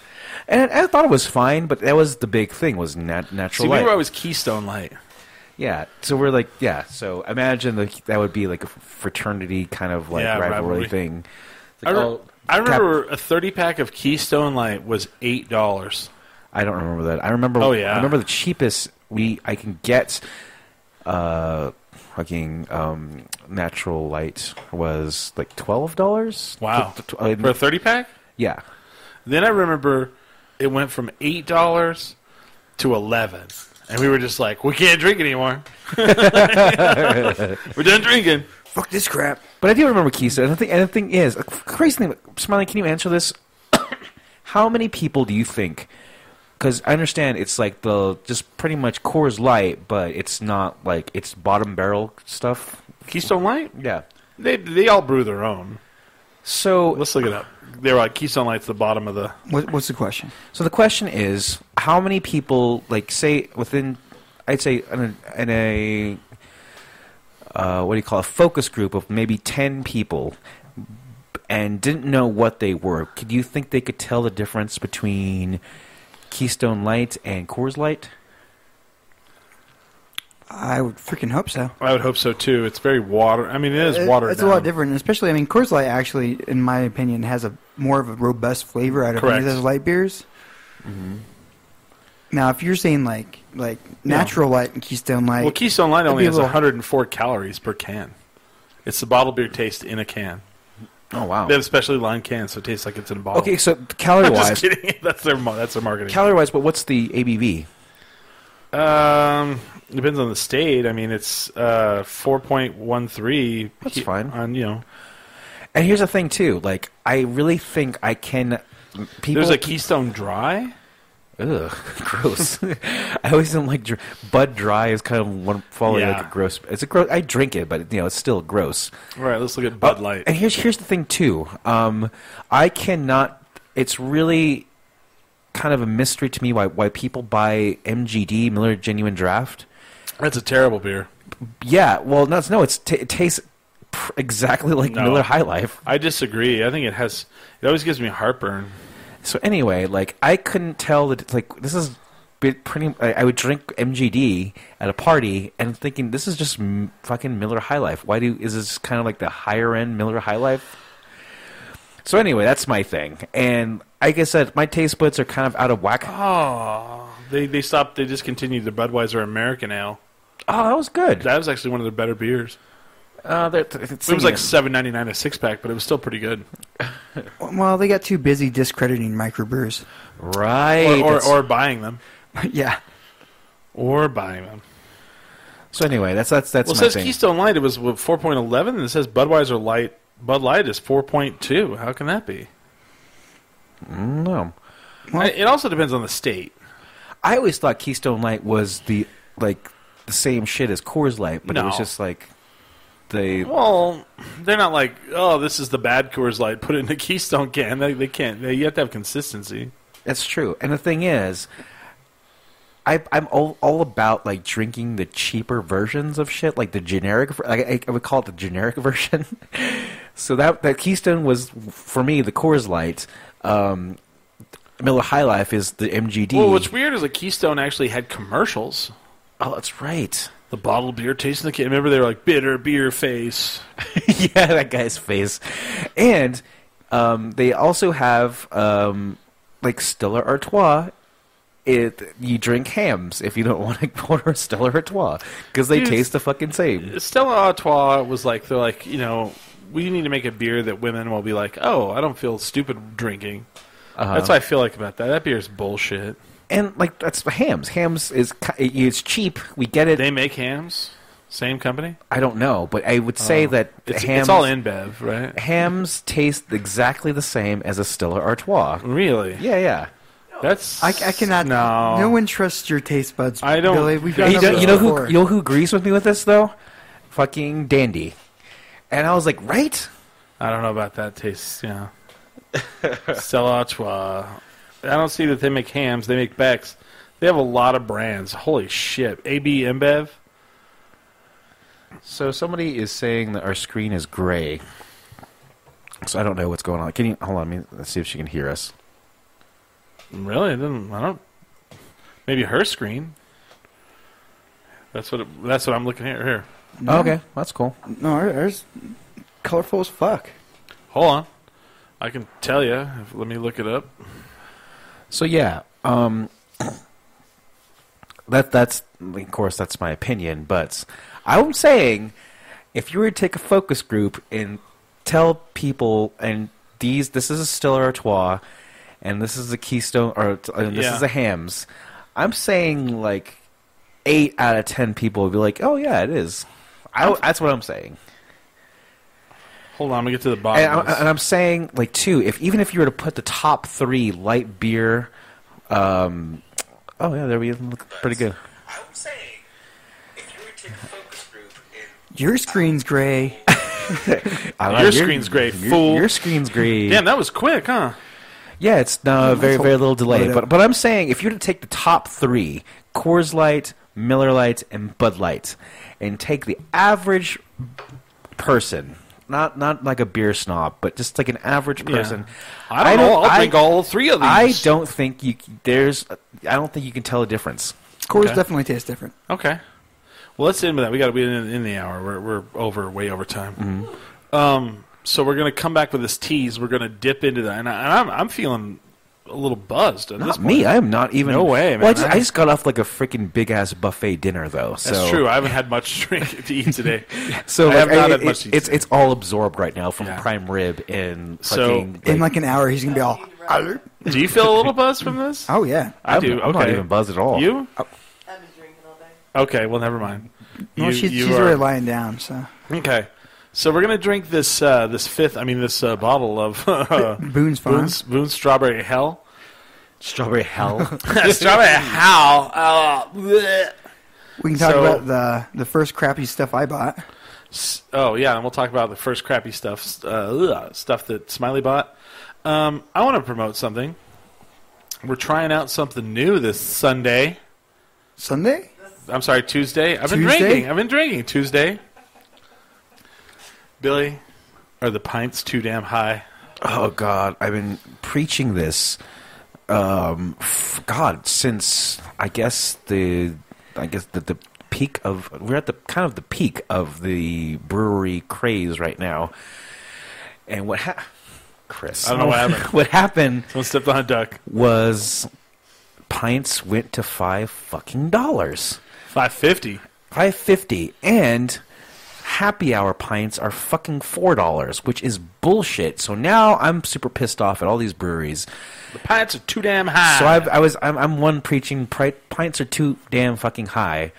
S3: And I thought it was fine, but that was the big thing, was nat- natural
S2: See,
S3: light.
S2: we were always Keystone Light.
S3: Yeah, so we're like, yeah. So imagine like that would be like a fraternity kind of like
S2: Yeah,
S3: rivalry,
S2: rivalry.
S3: thing. It's
S2: I,
S3: like,
S2: re-
S3: oh,
S2: I
S3: Cap-
S2: remember a thirty pack of Keystone Light was eight dollars.
S3: I don't remember that. I remember.
S2: Oh, yeah.
S3: I remember the cheapest we I can get. Uh, fucking um, natural light was like twelve dollars. uh,
S2: Wow, for a thirty pack.
S3: yeah,
S2: Then I remember it went from eight dollars to eleven, and we were just like, we can't drink anymore. we're done drinking.
S4: Fuck this crap.
S3: but I do remember Keystone. And the thing, and the thing is, a crazy thing. Smiley, can you answer this? How many people do you think? Because I understand it's like the just pretty much Coors Light, but it's not like it's bottom barrel stuff.
S2: Keystone Light.
S3: Yeah.
S2: They they all brew their own.
S3: So,
S2: Let's look it up. They were like Keystone Light's the bottom of the.
S4: What, what's the question?
S3: so the question is, how many people like say within? I'd say in a, in a uh, what do you call it, a focus group of maybe ten people, and didn't know what they were. Could you think they could tell the difference between Keystone Light and Coors Light?
S4: I would freaking hope so.
S2: I would hope so too. It's very water. I mean, it is water.
S4: It's a lot different, especially. I mean, Coors Light actually, in my opinion, has a more of a robust flavor out of
S2: Correct.
S4: any
S2: Mm-hmm.
S4: of those light beers. Now, if you're saying like like natural light and Keystone Light,
S2: Well, Keystone Light
S4: That'd
S2: only
S4: be a
S2: has
S4: little-
S2: 104 calories per can. It's the bottle beer taste in a can.
S3: Oh wow.
S2: They have specially lined cans, so it tastes like it's in a bottle.
S3: Okay, so calorie
S2: I'm just
S3: wise,
S2: kidding. That's their mar- that's their marketing.
S3: calorie wise, but what's the ABV?
S2: um, depends on the state. I mean, it's uh 4.13.
S3: That's
S2: he-
S3: fine.
S2: On you know,
S3: And here's the thing too, like I really think I can people.
S2: There's a Keystone Dry.
S3: ugh, gross. I always don't like dr- Bud Dry is kind of one following
S2: Yeah.
S3: like a gross. It's a gross. I drink it, but you know it's still gross.
S2: All right, let's look at Bud
S3: Oh,
S2: Light.
S3: And here's here's the thing too. Um, I cannot. It's really kind of a mystery to me why why people buy MGD Miller Genuine Draft.
S2: That's a terrible beer.
S3: Yeah, well, no, it's, no, it's t- it tastes pr- exactly like
S2: No.
S3: Miller High Life.
S2: I disagree. I think it has. It always gives me heartburn.
S3: So anyway, like I couldn't tell that it's like this is bit pretty. I, I would drink MGD at a party and thinking this is just m- fucking Miller High Life. Why do is this kind of like the higher end Miller High Life? So anyway, that's my thing, and like I said, my taste buds are kind of out of whack. Oh,
S2: They they stopped. They discontinued the Budweiser American Ale.
S3: Oh, that was good.
S2: That was actually one of their better beers.
S3: Uh, they're- it's
S2: It was like seven ninety nine a six pack, but it was still pretty good.
S4: Well, they got too busy discrediting microbrews.
S3: right,
S2: Or or,
S3: that's-
S2: or buying them.
S4: yeah.
S2: Or buying them.
S3: so anyway, that's that's that's
S2: Well, it
S3: my
S2: says
S3: thing.
S2: Keystone Light. It was four point eleven, and it says Budweiser Light. Bud Light is four point two. How can that be?
S3: no.
S4: Well-
S2: I- it also depends on the state.
S3: I always thought Keystone Light was the like the same shit as Coors Light, but it was
S2: No.
S3: just like they.
S2: Well, they're not like, oh, this is the bad Coors Light. Put it in a Keystone can. They, they can't. They, you have to have consistency.
S3: That's true. And the thing is, I, I'm all, all about like drinking the cheaper versions of shit, like the generic. ver- Like I, I would call it the generic version. so that that Keystone was for me the Coors Light. Um, Miller High Life is the MGD.
S2: Well, what's weird is like Keystone actually had commercials.
S3: oh, that's right.
S2: The bottled beer tasting the can. Remember they were like bitter beer face.
S3: yeah, that guy's face. And um, they also have um, like Stella Artois. It you drink hams if you don't want to order Stella Artois because they
S2: Dude.
S3: taste the fucking same.
S2: Stella Artois was like they're like you know we need to make a beer that women will be like oh I don't feel stupid drinking.
S4: Uh-huh.
S2: That's what I feel like about that. That beer's bullshit.
S3: And like that's hams. Hams is ki- it's cheap. We get it.
S2: They make hams. Same company.
S3: I don't know, but I would say that
S2: Oh. It's,
S3: hams
S2: it's all in Bev, right?
S3: hams taste exactly the same as a Stella Artois.
S2: Really?
S3: Yeah, yeah.
S2: That's
S4: I, I cannot.
S2: No.
S4: No one trusts your taste buds.
S2: I don't-
S4: Billy. We've
S2: Yeah,
S4: gone
S2: you
S3: you
S4: over
S3: know,
S2: don't-
S4: this
S3: you know who
S4: before.
S3: you know who agrees with me with this though? Fucking Dandy. And I was like, right?
S2: I don't know about that taste. Yeah. Stella Artois. I don't see that they make hams. They make Becks. They have a lot of brands. Holy shit. AB InBev.
S3: So somebody is saying that our screen is gray. So I don't know what's going on. Can you hold on? Let me let's see if she can hear us.
S2: Really? I didn't. I don't. Maybe her screen. That's what. It, that's what I'm looking at here.
S3: Oh, okay, that's cool.
S4: No, our- ours colorful as fuck.
S2: Hold on. I can tell you. Let me look it up.
S3: So yeah, um, that that's of course that's my opinion, but I'm saying if you were to take a focus group and tell people and these this is a Stiller Artois and this is a Keystone or and this
S2: Yeah.
S3: is a Hams, I'm saying like eight out of ten people would be like, oh yeah, it is. I, that's what I'm saying.
S2: Hold on. I'm gonna get to the bottom.
S3: And, I,
S2: of this.
S3: and I'm saying, like, too, if even if you were to put the top three light beer, um, oh yeah, there we look pretty good.
S7: I'm saying, if you were to take a focus group in
S4: Your screen's gray.
S3: I
S2: Your screen's great,
S3: your,
S2: fool.
S3: Your screen's great.
S2: Damn, that was quick, huh?
S3: Yeah, it's no very
S4: hope-
S3: very little delay.
S4: Load up.
S3: But but I'm saying if you were to take the top three, Coors Light, Miller Light, and Bud Light, and take the average person. Not not like a beer snob, but just like an average
S2: Yeah.
S3: person.
S2: I don't, know. I'll
S3: I-
S2: drink all three of these.
S3: I don't think you c- there's. I don't think you can tell a difference.
S4: Coors
S2: Okay.
S4: definitely tastes different.
S2: Okay. Well, let's end with that. We got to be in, in the hour. We're, we're over, way over time. Um,
S3: Mm-hmm.
S2: so we're going to come back with this tease. We're going to dip into that, and, I, and I'm, I'm feeling a little buzzed at this
S3: Not
S2: point.
S3: me. I am not even.
S2: No way,
S3: Well, I
S2: man.
S3: just, I just got off like a freaking big ass buffet dinner though. So
S2: That's true. I haven't had much drink to eat today.
S3: So
S2: I
S3: like,
S2: have not
S3: I-
S2: had
S3: it-
S2: much. to eat
S3: it's
S2: today.
S3: it's all absorbed right now from
S2: Yeah.
S3: prime rib and
S2: So-
S3: fucking.
S4: In like an hour, he's gonna be all.
S2: Oh,
S1: Alert.
S2: Do you feel a little buzzed from this?
S4: Oh yeah.
S2: I
S3: I'm-
S2: do.
S3: I'm
S2: okay.
S3: not even buzzed at all. Uh,
S2: You?
S1: I've been drinking all day.
S2: Okay. Well, never mind.
S4: Well,
S2: You-
S4: she's
S2: you
S4: she's
S2: are-
S4: already lying down. So
S2: Okay. So we're gonna drink this uh, this fifth. I mean, this uh, bottle of uh,
S4: Boone's Farm.
S2: Boone's, Boone's Strawberry Hell.
S3: Strawberry hell.
S2: Strawberry Hell. Uh, bleh.
S4: We can talk
S2: So-
S4: about the the first crappy stuff I bought.
S2: S- oh yeah, and we'll talk about the first crappy stuff uh, ugh, stuff that Smiley bought. Um, I want to promote something. We're trying out something new this Sunday.
S4: Sunday?
S2: I'm sorry, Tuesday. I've been
S4: Tuesday?
S2: drinking. I've been drinking Tuesday. Billy, are the pints too damn high?
S3: oh God, I've been preaching this. Um, f- God, since I guess the I guess the, the peak of we're at the kind of the peak of the brewery craze right now. And what happened, Chris?
S2: I don't know what happened.
S3: what happened
S2: Someone stepped on a duck.
S3: was pints went to five fucking dollars.
S2: Five fifty.
S3: five fifty, and happy hour pints are fucking four dollars, which is bullshit. So now I'm super pissed off at all these breweries.
S2: The pints are too damn high.
S3: So I've, I was I'm, I'm one preaching pri- pints are too damn fucking high,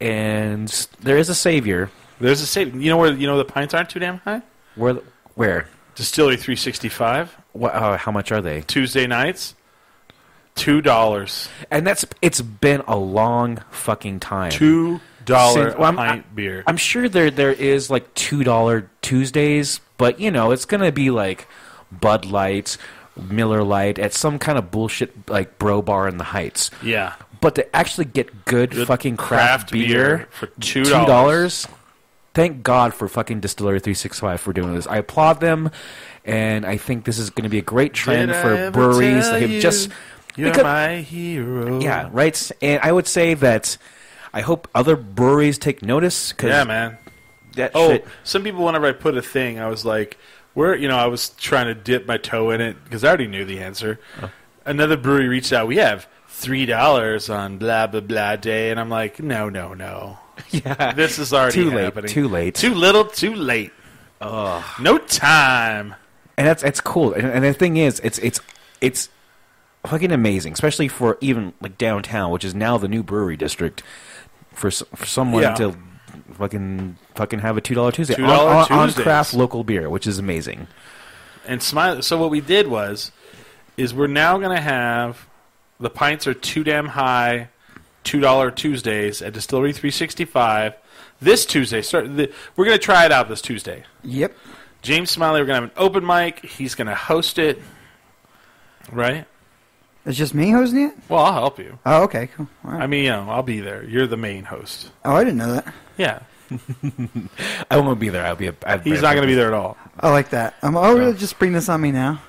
S3: and there is a savior.
S2: There's a saving. You know where you know the pints aren't too damn high?
S3: Where where
S2: Distillery 365
S3: what, uh, how much are they?
S2: Tuesday nights. Two dollars.
S3: And that's it's been a long fucking time.
S2: Two dollar
S3: Since- well, I'm-
S2: pint
S3: I-
S2: beer.
S3: I'm sure there there is like two dollar Tuesdays, but you know it's gonna be like Bud Light, Miller Light at some kind of bullshit like bro bar in the Heights.
S2: yeah.
S3: But to actually get good,
S2: Good
S3: fucking craft,
S2: craft beer for $2.
S3: $2, Thank God for fucking Distillery Three Six Five for doing this. I applaud them, and I think this is going to be a great trend
S2: Did I
S3: for
S2: ever
S3: breweries that
S2: tell
S3: have
S2: you
S3: just
S2: You're
S3: because-
S2: my hero.
S3: yeah, right. And I would say that I hope other breweries take notice because
S2: Yeah, man.
S3: that
S2: Oh,
S3: shit-
S2: some people. Whenever I put a thing, I was like, "Where?" You know, I was trying to dip my toe in it because I already knew the answer.
S3: Oh.
S2: Another brewery reached out. We have three dollars on blah blah blah day, and I'm like, "No, no, no."
S3: yeah.
S2: This is already
S3: Too late,
S2: happening.
S3: too late.
S2: Too little. Too late. No time.
S3: and that's that's cool. And, and the thing is, it's it's it's fucking amazing, especially for even like downtown, which is now the new brewery district. For, s- for someone
S2: Yeah.
S3: to fucking fucking have a two dollar Tuesday
S2: $2
S3: on, on- on
S2: Tuesdays.
S3: craft local beer, which is amazing.
S2: And smile. So what we did was, is we're now gonna have the pints are too damn high, two dollar Tuesdays at Distillery Three Sixty Five. This Tuesday, start. The, we're gonna try it out this Tuesday.
S4: Yep.
S2: James Smiley, we're gonna have an open mic. He's gonna host it, right?
S4: It's just me hosting it?
S2: Well, I'll help you.
S4: Oh, okay, cool. All right.
S2: I mean, you know, I'll be there. You're the main host.
S4: Oh, I didn't know that.
S2: Yeah,
S3: I won't be there. I'll be. A, I'll
S2: he's not gonna be there at all.
S4: I like that. I'm oh, really just bring this on me now.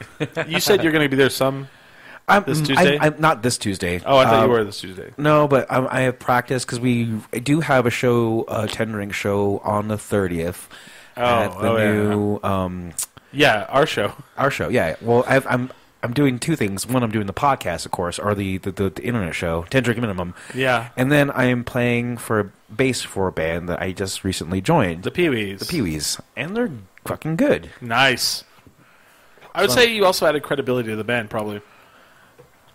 S2: You said you're gonna be there some.
S3: I'm,
S2: this
S3: I'm-
S2: Tuesday?
S3: I'm, not this Tuesday.
S2: Oh, I thought you
S3: Um,
S2: were this Tuesday.
S3: No, but um, I have practice because we do have a show, a tendering show on the thirtieth at the
S2: oh, yeah.
S3: new um,
S2: Yeah, our show.
S3: Our show, yeah. Well, I've, I'm I'm doing two things. One, I'm doing the podcast, of course, or the the, the, the internet show, Ten Drink Minimum.
S2: Yeah.
S3: And then I am playing for bass for a band that I just recently joined,
S2: The
S3: the,
S2: Pee Wees.
S3: Pee Wees, and they're fucking good.
S2: Nice. I would say you also added credibility to the band, probably.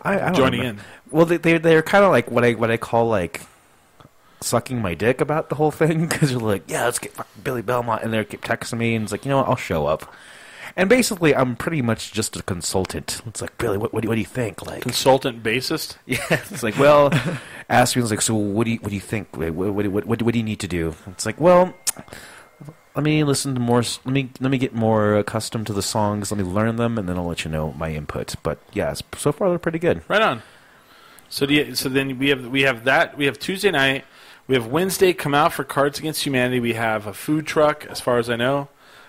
S3: I, I don't
S2: Joining
S3: remember.
S2: in.
S3: Well, they they they're kind of like what I what I call like sucking my dick about the whole thing because they're like, yeah, let's get fucking Billy Belmont, and they keep texting me, and it's like, you know what, I'll show up. And basically, I'm pretty much just a consultant. It's like, Billy, what, what, do, what do you think? Like,
S2: Consultant bassist.
S3: Yeah, it's like, well, asked me, was like, so what do you, what do you think? Like, What, what, what, what, what do you need to do? It's like, well, let me listen to more, s- let me, let me get more accustomed to the songs, let me learn them, and then I'll let you know my input. But yeah, s- so far they're pretty good.
S2: Right on. So do you, so then we have we have that we have Tuesday night, we have Wednesday come out for Cards Against Humanity. We have a food truck, as far as I know.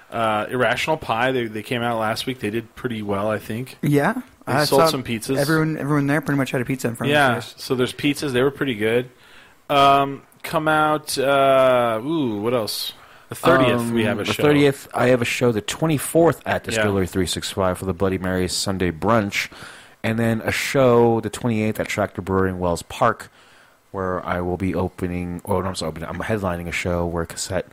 S2: Uh, Irrational Pie. They they came out last week. They did pretty well, I think.
S4: Yeah.
S2: They
S4: I
S2: sold
S4: saw
S2: some pizzas.
S4: Everyone everyone there pretty much had a pizza in front
S2: Yeah.
S4: of us.
S2: So there's pizzas. They were pretty good. Um, come out. Uh, ooh, what else? The thirtieth. we have a
S3: Um, the
S2: show.
S3: 30th, I have a show the 24th at
S2: Yeah.
S3: Distillery 365 for the Bloody Mary Sunday brunch, and then a show the 28th at Tractor Brewery in Wells Park, where I will be opening. Oh, no, I'm sorry, opening- I'm headlining a show where Cassette.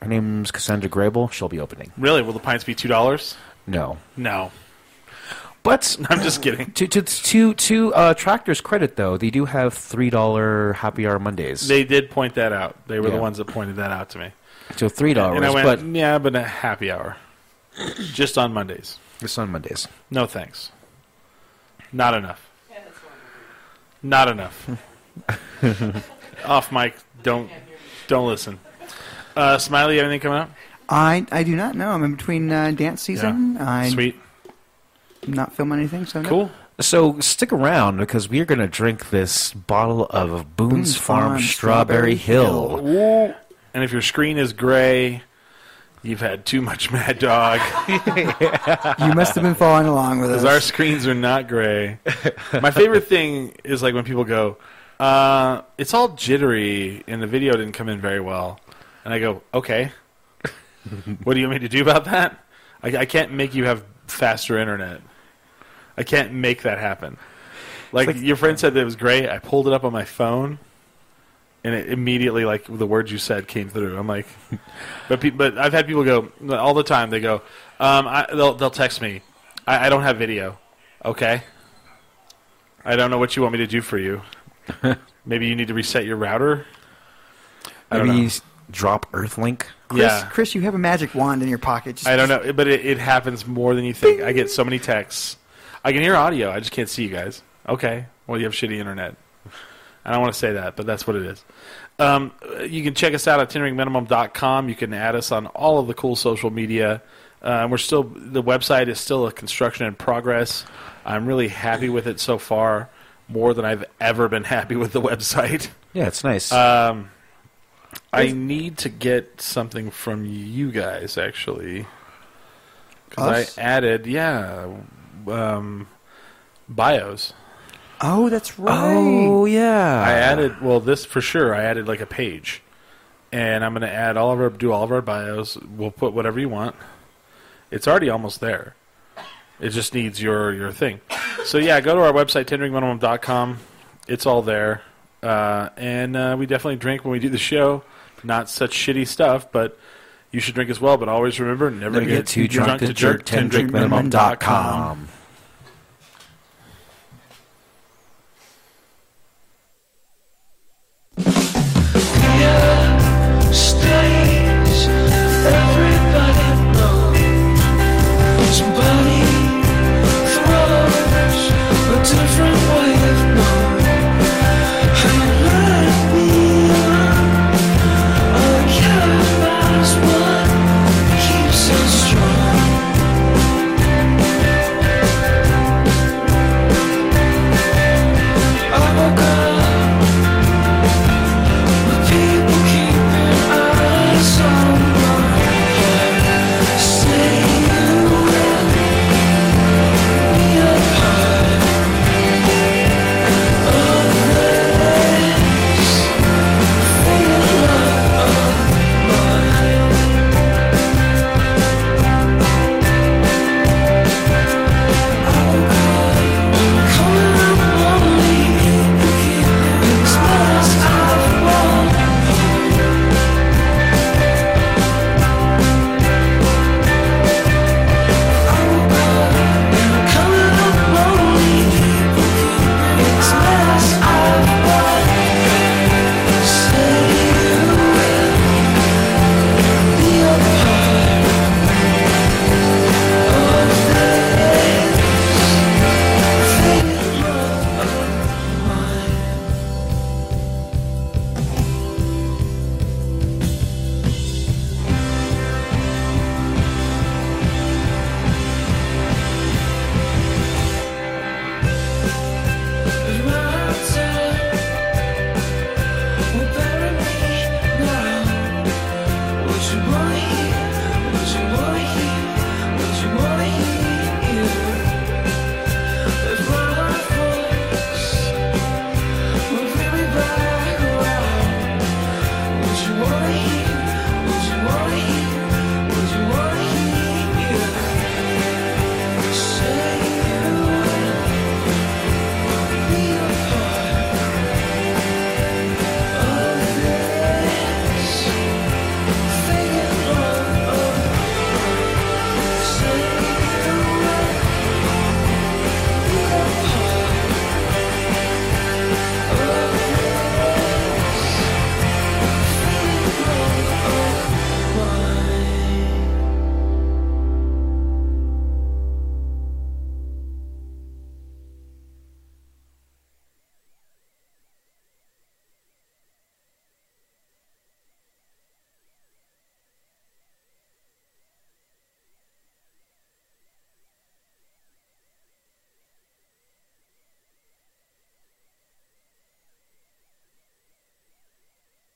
S3: Her name's Cassandra Grable. She'll be opening.
S2: Really? Will the pints be two dollars?
S3: No,
S2: No.
S3: but
S2: I'm just kidding.
S3: to to to to uh, Tractor's credit though, they do have three dollar happy hour Mondays.
S2: They did point that out. They were
S3: Yeah. Oh,
S2: the ones that pointed that out to me.
S3: So three dollars,
S2: and I went,
S3: but
S2: yeah, but a happy hour, just on Mondays.
S3: it's on Mondays.
S2: No thanks. Not enough. Not enough. Off mic. Don't don't listen. Uh, Smiley, you have anything coming up?
S4: I I do not know. I'm in between uh, dance season. I'm
S2: Sweet.
S4: not filming anything. So no.
S2: Cool.
S3: So stick around because we are going to drink this bottle of Boone's,
S4: Boone's
S3: Farm,
S4: Farm
S3: Strawberry
S4: Strawberry
S3: Hill.
S2: And if your screen is gray, you've had too much Mad Dog.
S4: You must have been following along with us.
S2: Because our screens are not gray. My favorite thing is like when people go, uh, "It's all jittery," and the video didn't come in very well. And I go, "Okay, what do you want me to do about that? I, I can't make you have faster internet. I can't make that happen." Like, your friend said that it was gray. I pulled it up on my phone, and it immediately like the words you said came through. I'm like, but pe- but I've had people go all the time. They go, um, I, they'll they'll text me. I, I don't have video. Okay. I don't know what you want me to do for you. Maybe you need to reset your router. I don't
S3: Maybe
S2: know.
S3: you s- drop Earthlink.
S4: Chris,
S2: yeah.
S4: Chris, you have a magic wand in your pocket. Just,
S2: I don't know, but it, it happens more than you think. I get so many texts. I can hear audio. I just can't see you guys. Okay. Well, you have shitty internet. I don't want to say that, but that's what it is. Um, you can check us out at tinderingminimum.com. You can add us on all of the cool social media. Uh, we're still the website is still a construction in progress. I'm really happy with it so far, more than I've ever been happy with the website.
S3: Yeah, it's nice.
S4: Uh,
S2: I need to get something from you guys actually. Because
S4: Us?
S2: I added, yeah, um, bios.
S4: Oh, that's right.
S3: oh yeah,
S2: I added, well, this for sure. I added like a page, and I'm going to add all of our, do all of our bios. We'll put whatever you want. It's already almost there. It just needs your your thing. So yeah, go to our website tenderingminimum.com. It's all there, uh, and uh, we definitely drink when we do the show. Not such shitty stuff, but you should drink as well. But always remember, never,
S3: Never get too drunk to jerk.
S2: tendringminimum.com.
S3: TendrickMinimum.com.